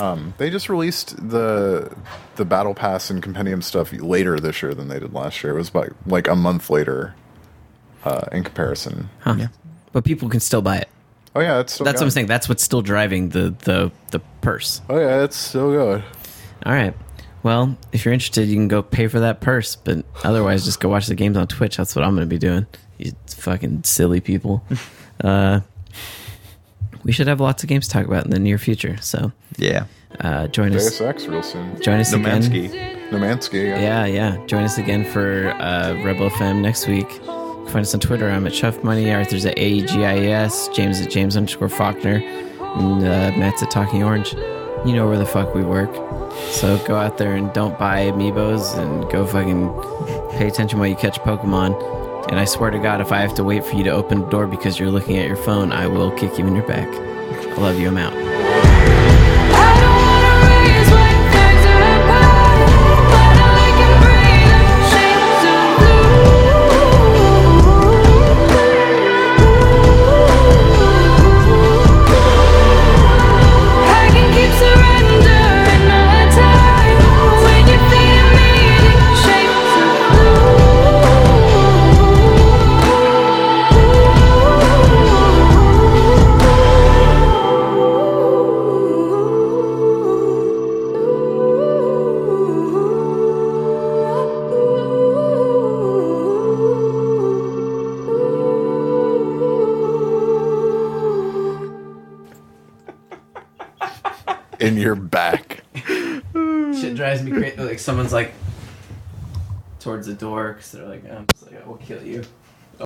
[SPEAKER 3] Yeah.
[SPEAKER 4] They just released the the battle pass and compendium stuff later this year than they did last year. It was about like a month later, uh, in comparison.
[SPEAKER 2] huh. But people can still buy it.
[SPEAKER 4] Oh yeah, it's still
[SPEAKER 2] That's
[SPEAKER 4] good.
[SPEAKER 2] what I'm saying. That's what's still driving the the the purse.
[SPEAKER 4] Oh yeah, it's still good.
[SPEAKER 2] All right. Well, if you're interested, you can go pay for that purse, but otherwise, just go watch the games on Twitch. That's what I'm going to be doing. You fucking silly people. Uh, we should have lots of games to talk about in the near future. So
[SPEAKER 3] Yeah.
[SPEAKER 2] uh, join us.
[SPEAKER 4] Deus Ex real soon.
[SPEAKER 2] Join us again.
[SPEAKER 3] Nomansky.
[SPEAKER 4] Nomansky.
[SPEAKER 2] Yeah, yeah. Join us again for uh, Rebel FM next week. Find us on Twitter. I'm at Chuff Money. Arthur's at E AEGIES. James at James underscore Faulkner. And uh, Matt's at Talking Orange. You know where the fuck we work. So go out there and don't buy amiibos and go fucking pay attention while you catch Pokemon. And I swear to God, if I have to wait for you to open the door because you're looking at your phone, I will kick you in your back. I love you. I'm out.
[SPEAKER 5] I don't wanna raise white flags or empire, but all I can breathe are shades of blue. I can keep surrendering another time when you feed me shades
[SPEAKER 4] in your back.
[SPEAKER 2] Shit drives me crazy. um, Like someone's like towards the door because they're like, I'm just like, I will kill you.